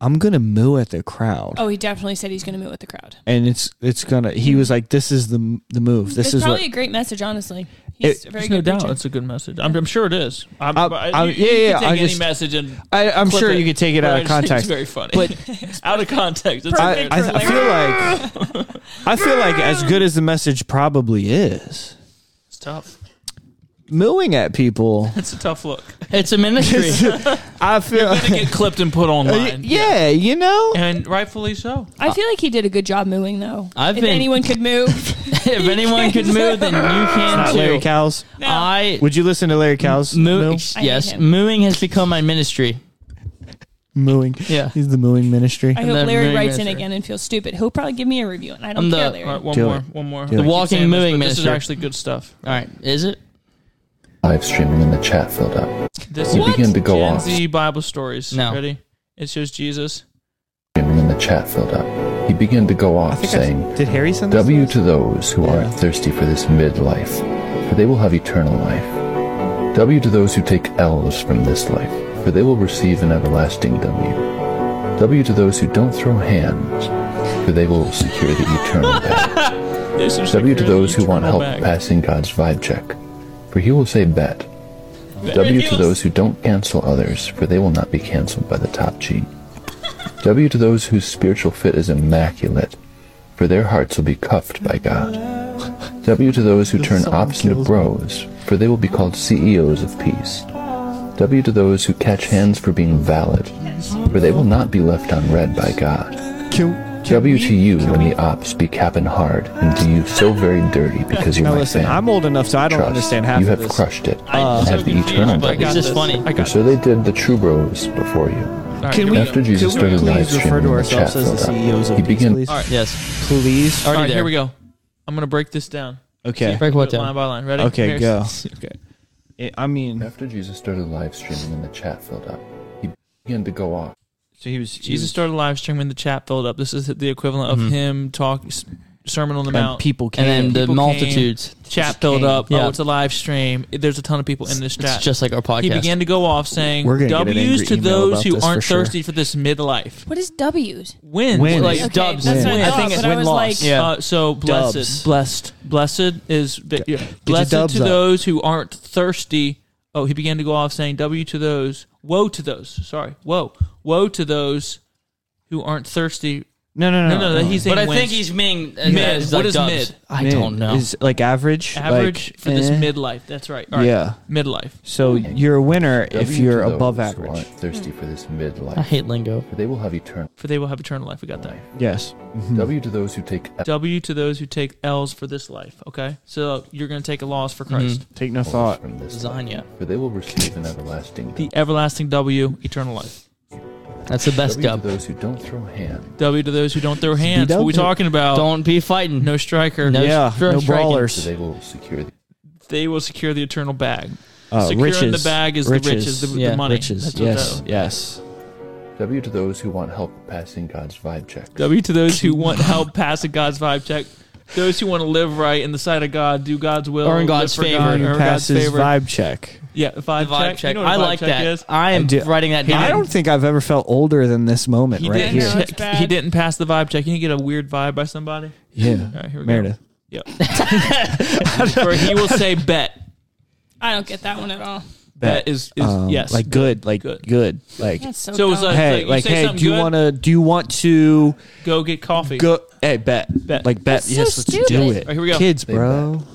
[SPEAKER 2] "I'm gonna moo at the crowd,"
[SPEAKER 5] oh he definitely said he's going to move with the crowd
[SPEAKER 2] and it's it's gonna. He was like, "This is the the move. This
[SPEAKER 5] it's
[SPEAKER 2] is
[SPEAKER 5] probably
[SPEAKER 2] what."
[SPEAKER 5] a great message honestly he's
[SPEAKER 2] It-
[SPEAKER 5] a very
[SPEAKER 3] There's no
[SPEAKER 5] good
[SPEAKER 3] doubt.
[SPEAKER 5] preacher
[SPEAKER 3] It's a good message. I'm, I'm sure it is. I'm,
[SPEAKER 2] I-
[SPEAKER 3] but
[SPEAKER 2] I-
[SPEAKER 3] you- you
[SPEAKER 2] Uh, yeah, yeah,
[SPEAKER 3] can take
[SPEAKER 2] I
[SPEAKER 3] any
[SPEAKER 2] just-
[SPEAKER 3] message and
[SPEAKER 2] I, I'm
[SPEAKER 3] clip
[SPEAKER 2] sure you could take it
[SPEAKER 3] But
[SPEAKER 2] out
[SPEAKER 3] I
[SPEAKER 2] of
[SPEAKER 3] just think
[SPEAKER 2] context.
[SPEAKER 3] It's very funny.
[SPEAKER 2] But
[SPEAKER 3] out of context, it's
[SPEAKER 2] I,
[SPEAKER 5] Perfect
[SPEAKER 2] I,
[SPEAKER 5] for
[SPEAKER 2] I feel like I feel like as good as the message probably is,
[SPEAKER 3] it's tough.
[SPEAKER 2] mooing at people.
[SPEAKER 3] It's a tough look.
[SPEAKER 4] It's a ministry.
[SPEAKER 2] I feel.
[SPEAKER 3] They get clipped and put online.
[SPEAKER 2] Yeah, you know.
[SPEAKER 3] and rightfully so.
[SPEAKER 5] i feel like he did a good job mooing though
[SPEAKER 4] I've
[SPEAKER 5] if
[SPEAKER 4] been-
[SPEAKER 5] anyone could move
[SPEAKER 4] if anyone could move, then you can
[SPEAKER 2] Not
[SPEAKER 4] too.
[SPEAKER 2] Larry Cowles.
[SPEAKER 4] I
[SPEAKER 2] Would you listen to Larry Cowles?
[SPEAKER 4] moo-
[SPEAKER 2] moo?
[SPEAKER 4] ex-
[SPEAKER 5] I hate
[SPEAKER 4] yes,
[SPEAKER 5] him.
[SPEAKER 4] mooing has become my ministry.
[SPEAKER 2] Mooing.
[SPEAKER 4] Yeah.
[SPEAKER 2] He's the mooing ministry.
[SPEAKER 5] i
[SPEAKER 4] And
[SPEAKER 5] hope
[SPEAKER 4] then
[SPEAKER 5] larry
[SPEAKER 4] Mary
[SPEAKER 5] writes in
[SPEAKER 4] Messer.
[SPEAKER 5] again and feels stupid he'll probably give me a review and i don't
[SPEAKER 4] I'm
[SPEAKER 5] care
[SPEAKER 4] the-
[SPEAKER 5] larry
[SPEAKER 3] All right, one
[SPEAKER 2] Do
[SPEAKER 3] more,
[SPEAKER 2] it.
[SPEAKER 3] one more.
[SPEAKER 2] it. The
[SPEAKER 3] I keep
[SPEAKER 4] walking
[SPEAKER 3] saying this,
[SPEAKER 4] moving
[SPEAKER 3] but This is
[SPEAKER 4] minister.
[SPEAKER 3] actually good stuff.
[SPEAKER 4] All right, is it?
[SPEAKER 9] live streaming and the chat filled up.
[SPEAKER 3] This
[SPEAKER 9] You
[SPEAKER 3] is
[SPEAKER 9] begin to go
[SPEAKER 3] Gen
[SPEAKER 9] off.
[SPEAKER 3] Z Bible stories.
[SPEAKER 4] No.
[SPEAKER 3] Ready? It shows Jesus.
[SPEAKER 9] Streaming and the chat filled up. He began to go
[SPEAKER 2] I
[SPEAKER 9] off,
[SPEAKER 2] think I-
[SPEAKER 9] saying,
[SPEAKER 2] did Harry send this
[SPEAKER 9] W
[SPEAKER 2] us?
[SPEAKER 9] to those who
[SPEAKER 2] Yeah.
[SPEAKER 9] are thirsty for this midlife, for they will have eternal life. W to those who take L's from this life, for they will receive an everlasting W. W to those who don't throw hands, for they will secure the eternal bag.
[SPEAKER 3] This is
[SPEAKER 9] W to
[SPEAKER 3] secure the
[SPEAKER 9] those who want
[SPEAKER 3] eternal
[SPEAKER 9] help
[SPEAKER 3] bag.
[SPEAKER 9] passing God's vibe check, for he will say bet. W to those who don't cancel others, for they will not be canceled by the top G. W to those whose spiritual fit is immaculate, for their hearts will be cuffed by God. W to those who turn ops into bros, for they will be called CEOs of peace. W to those who catch hands for being valid, for they will not be left unread by God. W to you when the ops be capping hard, and to you so very dirty because you're
[SPEAKER 2] Now
[SPEAKER 9] my
[SPEAKER 2] listen,
[SPEAKER 9] fan.
[SPEAKER 2] I'm old enough so I don't
[SPEAKER 9] Trust,
[SPEAKER 2] understand half
[SPEAKER 9] You
[SPEAKER 2] of
[SPEAKER 9] have
[SPEAKER 2] this.
[SPEAKER 9] crushed it.
[SPEAKER 3] I'm
[SPEAKER 9] and
[SPEAKER 3] so
[SPEAKER 9] have the
[SPEAKER 3] confused,
[SPEAKER 9] eternal
[SPEAKER 3] but I
[SPEAKER 9] body.
[SPEAKER 4] It's
[SPEAKER 3] got
[SPEAKER 4] just
[SPEAKER 3] this.
[SPEAKER 4] funny.
[SPEAKER 3] I got
[SPEAKER 9] So they did the true bros before you.
[SPEAKER 3] All right,
[SPEAKER 2] Can
[SPEAKER 3] here
[SPEAKER 2] we,
[SPEAKER 9] After Jesus
[SPEAKER 2] can we
[SPEAKER 9] started live
[SPEAKER 2] please refer
[SPEAKER 9] streaming,
[SPEAKER 2] to
[SPEAKER 9] the
[SPEAKER 2] ourselves
[SPEAKER 9] chat
[SPEAKER 2] as the
[SPEAKER 9] filled up.
[SPEAKER 2] CEOs of
[SPEAKER 9] He
[SPEAKER 2] these,
[SPEAKER 9] began-
[SPEAKER 2] please?
[SPEAKER 4] Yes,
[SPEAKER 2] Please.
[SPEAKER 3] All right,
[SPEAKER 4] already
[SPEAKER 3] here
[SPEAKER 4] there.
[SPEAKER 3] we go. I'm gonna break this down.
[SPEAKER 2] Okay.
[SPEAKER 4] Break what
[SPEAKER 3] Line
[SPEAKER 4] down?
[SPEAKER 3] by line. Ready?
[SPEAKER 2] Okay, go.
[SPEAKER 3] Okay.
[SPEAKER 2] It- I mean,
[SPEAKER 9] After Jesus started live streaming and the chat filled up, he began to go off.
[SPEAKER 2] so he was
[SPEAKER 3] Jesus started live streaming. The chat filled up. This is the equivalent of him talk s- Sermon on the
[SPEAKER 2] and
[SPEAKER 3] Mount.
[SPEAKER 2] people came.
[SPEAKER 4] And then the
[SPEAKER 3] People
[SPEAKER 4] multitudes.
[SPEAKER 3] chat filled
[SPEAKER 2] came.
[SPEAKER 3] up.
[SPEAKER 4] Yeah.
[SPEAKER 3] Oh, it's a live stream. There's a ton of people in this chat.
[SPEAKER 4] It's just like our podcast.
[SPEAKER 3] he began to go off saying
[SPEAKER 2] We're gonna get an
[SPEAKER 3] W's
[SPEAKER 2] angry
[SPEAKER 3] to
[SPEAKER 2] email
[SPEAKER 3] those
[SPEAKER 2] about
[SPEAKER 3] who
[SPEAKER 2] this
[SPEAKER 3] aren't
[SPEAKER 2] for sure.
[SPEAKER 3] thirsty for this midlife.
[SPEAKER 5] What is W's?
[SPEAKER 3] Wins.
[SPEAKER 2] Wins.
[SPEAKER 3] Like,
[SPEAKER 5] Okay,
[SPEAKER 4] dubs.
[SPEAKER 5] That's what I
[SPEAKER 3] Win.
[SPEAKER 5] thought,
[SPEAKER 3] I think
[SPEAKER 5] but
[SPEAKER 3] it's
[SPEAKER 5] I was
[SPEAKER 4] win-loss.
[SPEAKER 5] like,
[SPEAKER 4] Yeah.
[SPEAKER 3] Uh, so blessed,
[SPEAKER 2] Dubs.
[SPEAKER 3] blessed, blessed is
[SPEAKER 2] your
[SPEAKER 3] blessed to
[SPEAKER 2] dubs up.
[SPEAKER 3] those who aren't thirsty. Oh, he began to go off saying, "W to those, woe to those." Sorry, woe, woe to those who aren't thirsty.
[SPEAKER 2] No, no,
[SPEAKER 3] No,
[SPEAKER 2] Oh, no,
[SPEAKER 3] no, that he's saying
[SPEAKER 4] but I
[SPEAKER 3] wins.
[SPEAKER 4] think he's being
[SPEAKER 3] Mid.
[SPEAKER 4] What is
[SPEAKER 3] What is mid?
[SPEAKER 4] I don't know.
[SPEAKER 2] Is like average.
[SPEAKER 3] average
[SPEAKER 2] like,
[SPEAKER 3] for this
[SPEAKER 2] eh.
[SPEAKER 3] midlife. That's right. All right.
[SPEAKER 2] Yeah.
[SPEAKER 3] midlife.
[SPEAKER 2] So you're a winner if
[SPEAKER 9] W to
[SPEAKER 2] you're
[SPEAKER 9] those
[SPEAKER 2] above
[SPEAKER 9] who
[SPEAKER 2] average.
[SPEAKER 9] aren't thirsty for this
[SPEAKER 4] I
[SPEAKER 9] midlife,
[SPEAKER 4] hate lingo.
[SPEAKER 9] for they will have eternal
[SPEAKER 3] For they will have eternal life. We got that.
[SPEAKER 9] life.
[SPEAKER 2] Yes.
[SPEAKER 9] W to those who take
[SPEAKER 3] W to those who take L's for this life. Okay, so you're going to take a loss for Christ.
[SPEAKER 2] Take no thought.
[SPEAKER 9] thought from this life,
[SPEAKER 4] Lasagna.
[SPEAKER 9] for they will receive an everlasting.
[SPEAKER 3] The everlasting W, eternal life.
[SPEAKER 4] That's the best
[SPEAKER 9] W to
[SPEAKER 4] dub.
[SPEAKER 9] those who don't throw hand.
[SPEAKER 3] W to those who don't throw hands. What are we
[SPEAKER 2] W.
[SPEAKER 3] talking about?
[SPEAKER 4] Don't be fighting.
[SPEAKER 3] No striker.
[SPEAKER 4] No
[SPEAKER 2] Yeah.
[SPEAKER 4] stri- striking.
[SPEAKER 2] No
[SPEAKER 9] So
[SPEAKER 2] brawlers.
[SPEAKER 9] they will secure the
[SPEAKER 3] They will secure the eternal bag.
[SPEAKER 2] Uh,
[SPEAKER 3] Secure in
[SPEAKER 2] riches.
[SPEAKER 3] the bag is the riches, the,
[SPEAKER 4] Yeah,
[SPEAKER 3] the money.
[SPEAKER 2] Riches.
[SPEAKER 3] That's what
[SPEAKER 2] Yes.
[SPEAKER 3] that-
[SPEAKER 2] Yes.
[SPEAKER 9] W to those who want help passing God's vibe check.
[SPEAKER 3] W to those who want help pass a God's vibe check. Those who want to live right in the sight of God, do God's will,
[SPEAKER 4] Earn
[SPEAKER 3] live
[SPEAKER 4] God's
[SPEAKER 3] for
[SPEAKER 4] favor.
[SPEAKER 3] God,
[SPEAKER 4] Earn
[SPEAKER 3] earn God's
[SPEAKER 2] Passes
[SPEAKER 3] favor.
[SPEAKER 2] vibe check.
[SPEAKER 3] Yeah, vibe,
[SPEAKER 4] Vibe
[SPEAKER 3] check. You know what a
[SPEAKER 4] I
[SPEAKER 3] vibe
[SPEAKER 4] like
[SPEAKER 3] check
[SPEAKER 4] that.
[SPEAKER 3] is?
[SPEAKER 4] I
[SPEAKER 2] I
[SPEAKER 4] am
[SPEAKER 2] do-
[SPEAKER 4] writing that down.
[SPEAKER 2] I don't think I've ever felt older than this moment
[SPEAKER 3] He
[SPEAKER 2] right
[SPEAKER 3] didn't
[SPEAKER 2] here.
[SPEAKER 5] No, it's
[SPEAKER 3] check.
[SPEAKER 5] bad.
[SPEAKER 3] He didn't pass the vibe check. He didn't get a weird vibe by somebody.
[SPEAKER 2] Yeah.
[SPEAKER 3] All right, here we go.
[SPEAKER 2] Meredith.
[SPEAKER 3] Yep. For he will say bet.
[SPEAKER 5] I don't get that one at all.
[SPEAKER 3] Bet is, is
[SPEAKER 2] Um,
[SPEAKER 3] yes.
[SPEAKER 2] Like good. Like
[SPEAKER 3] Good.
[SPEAKER 2] good. Like.
[SPEAKER 5] That's so.
[SPEAKER 3] so it was
[SPEAKER 5] dumb.
[SPEAKER 3] like,
[SPEAKER 2] Hey,
[SPEAKER 3] you
[SPEAKER 2] like,
[SPEAKER 3] say
[SPEAKER 2] hey,
[SPEAKER 3] something
[SPEAKER 2] do you
[SPEAKER 3] good,
[SPEAKER 2] want to, do you want to
[SPEAKER 3] go get coffee?
[SPEAKER 2] go, hey, bet,
[SPEAKER 3] Bet.
[SPEAKER 2] like, bet,
[SPEAKER 5] so
[SPEAKER 2] yes, let's do
[SPEAKER 5] stupid.
[SPEAKER 2] it.
[SPEAKER 3] Alright, here we go.
[SPEAKER 2] Kids,
[SPEAKER 9] They
[SPEAKER 2] bro.
[SPEAKER 9] W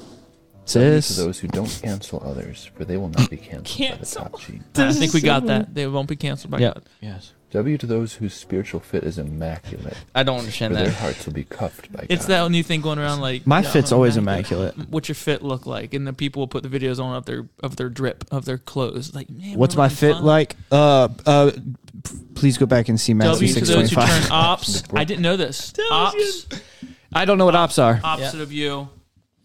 [SPEAKER 9] to
[SPEAKER 2] Sis.
[SPEAKER 9] those who don't cancel others, for they will not be canceled by the
[SPEAKER 5] Cancel.
[SPEAKER 9] top gene.
[SPEAKER 3] I think we got that. They won't be canceled by
[SPEAKER 4] Yeah.
[SPEAKER 3] God.
[SPEAKER 2] Yes.
[SPEAKER 9] W to those whose spiritual fit is immaculate,
[SPEAKER 4] I don't understand
[SPEAKER 9] for their
[SPEAKER 4] that.
[SPEAKER 9] hearts will be cuffed by
[SPEAKER 3] It's
[SPEAKER 9] God.
[SPEAKER 3] that new thing going around like
[SPEAKER 2] My
[SPEAKER 3] yeah,
[SPEAKER 2] fit's
[SPEAKER 3] I'm
[SPEAKER 2] always immaculate.
[SPEAKER 3] What's your fit look like? And then people will put the videos on of their of their drip of their clothes. Like, man,
[SPEAKER 2] What's
[SPEAKER 3] we're
[SPEAKER 2] my
[SPEAKER 3] looking
[SPEAKER 2] fit
[SPEAKER 3] fine.
[SPEAKER 2] like? Uh, uh, p- please go back and see
[SPEAKER 3] W
[SPEAKER 2] Matthew
[SPEAKER 3] to
[SPEAKER 2] six
[SPEAKER 3] those
[SPEAKER 2] twenty
[SPEAKER 3] who turn
[SPEAKER 2] five.
[SPEAKER 3] ops. I didn't know this. Ops,
[SPEAKER 2] I don't know what ops are.
[SPEAKER 3] opposite of you,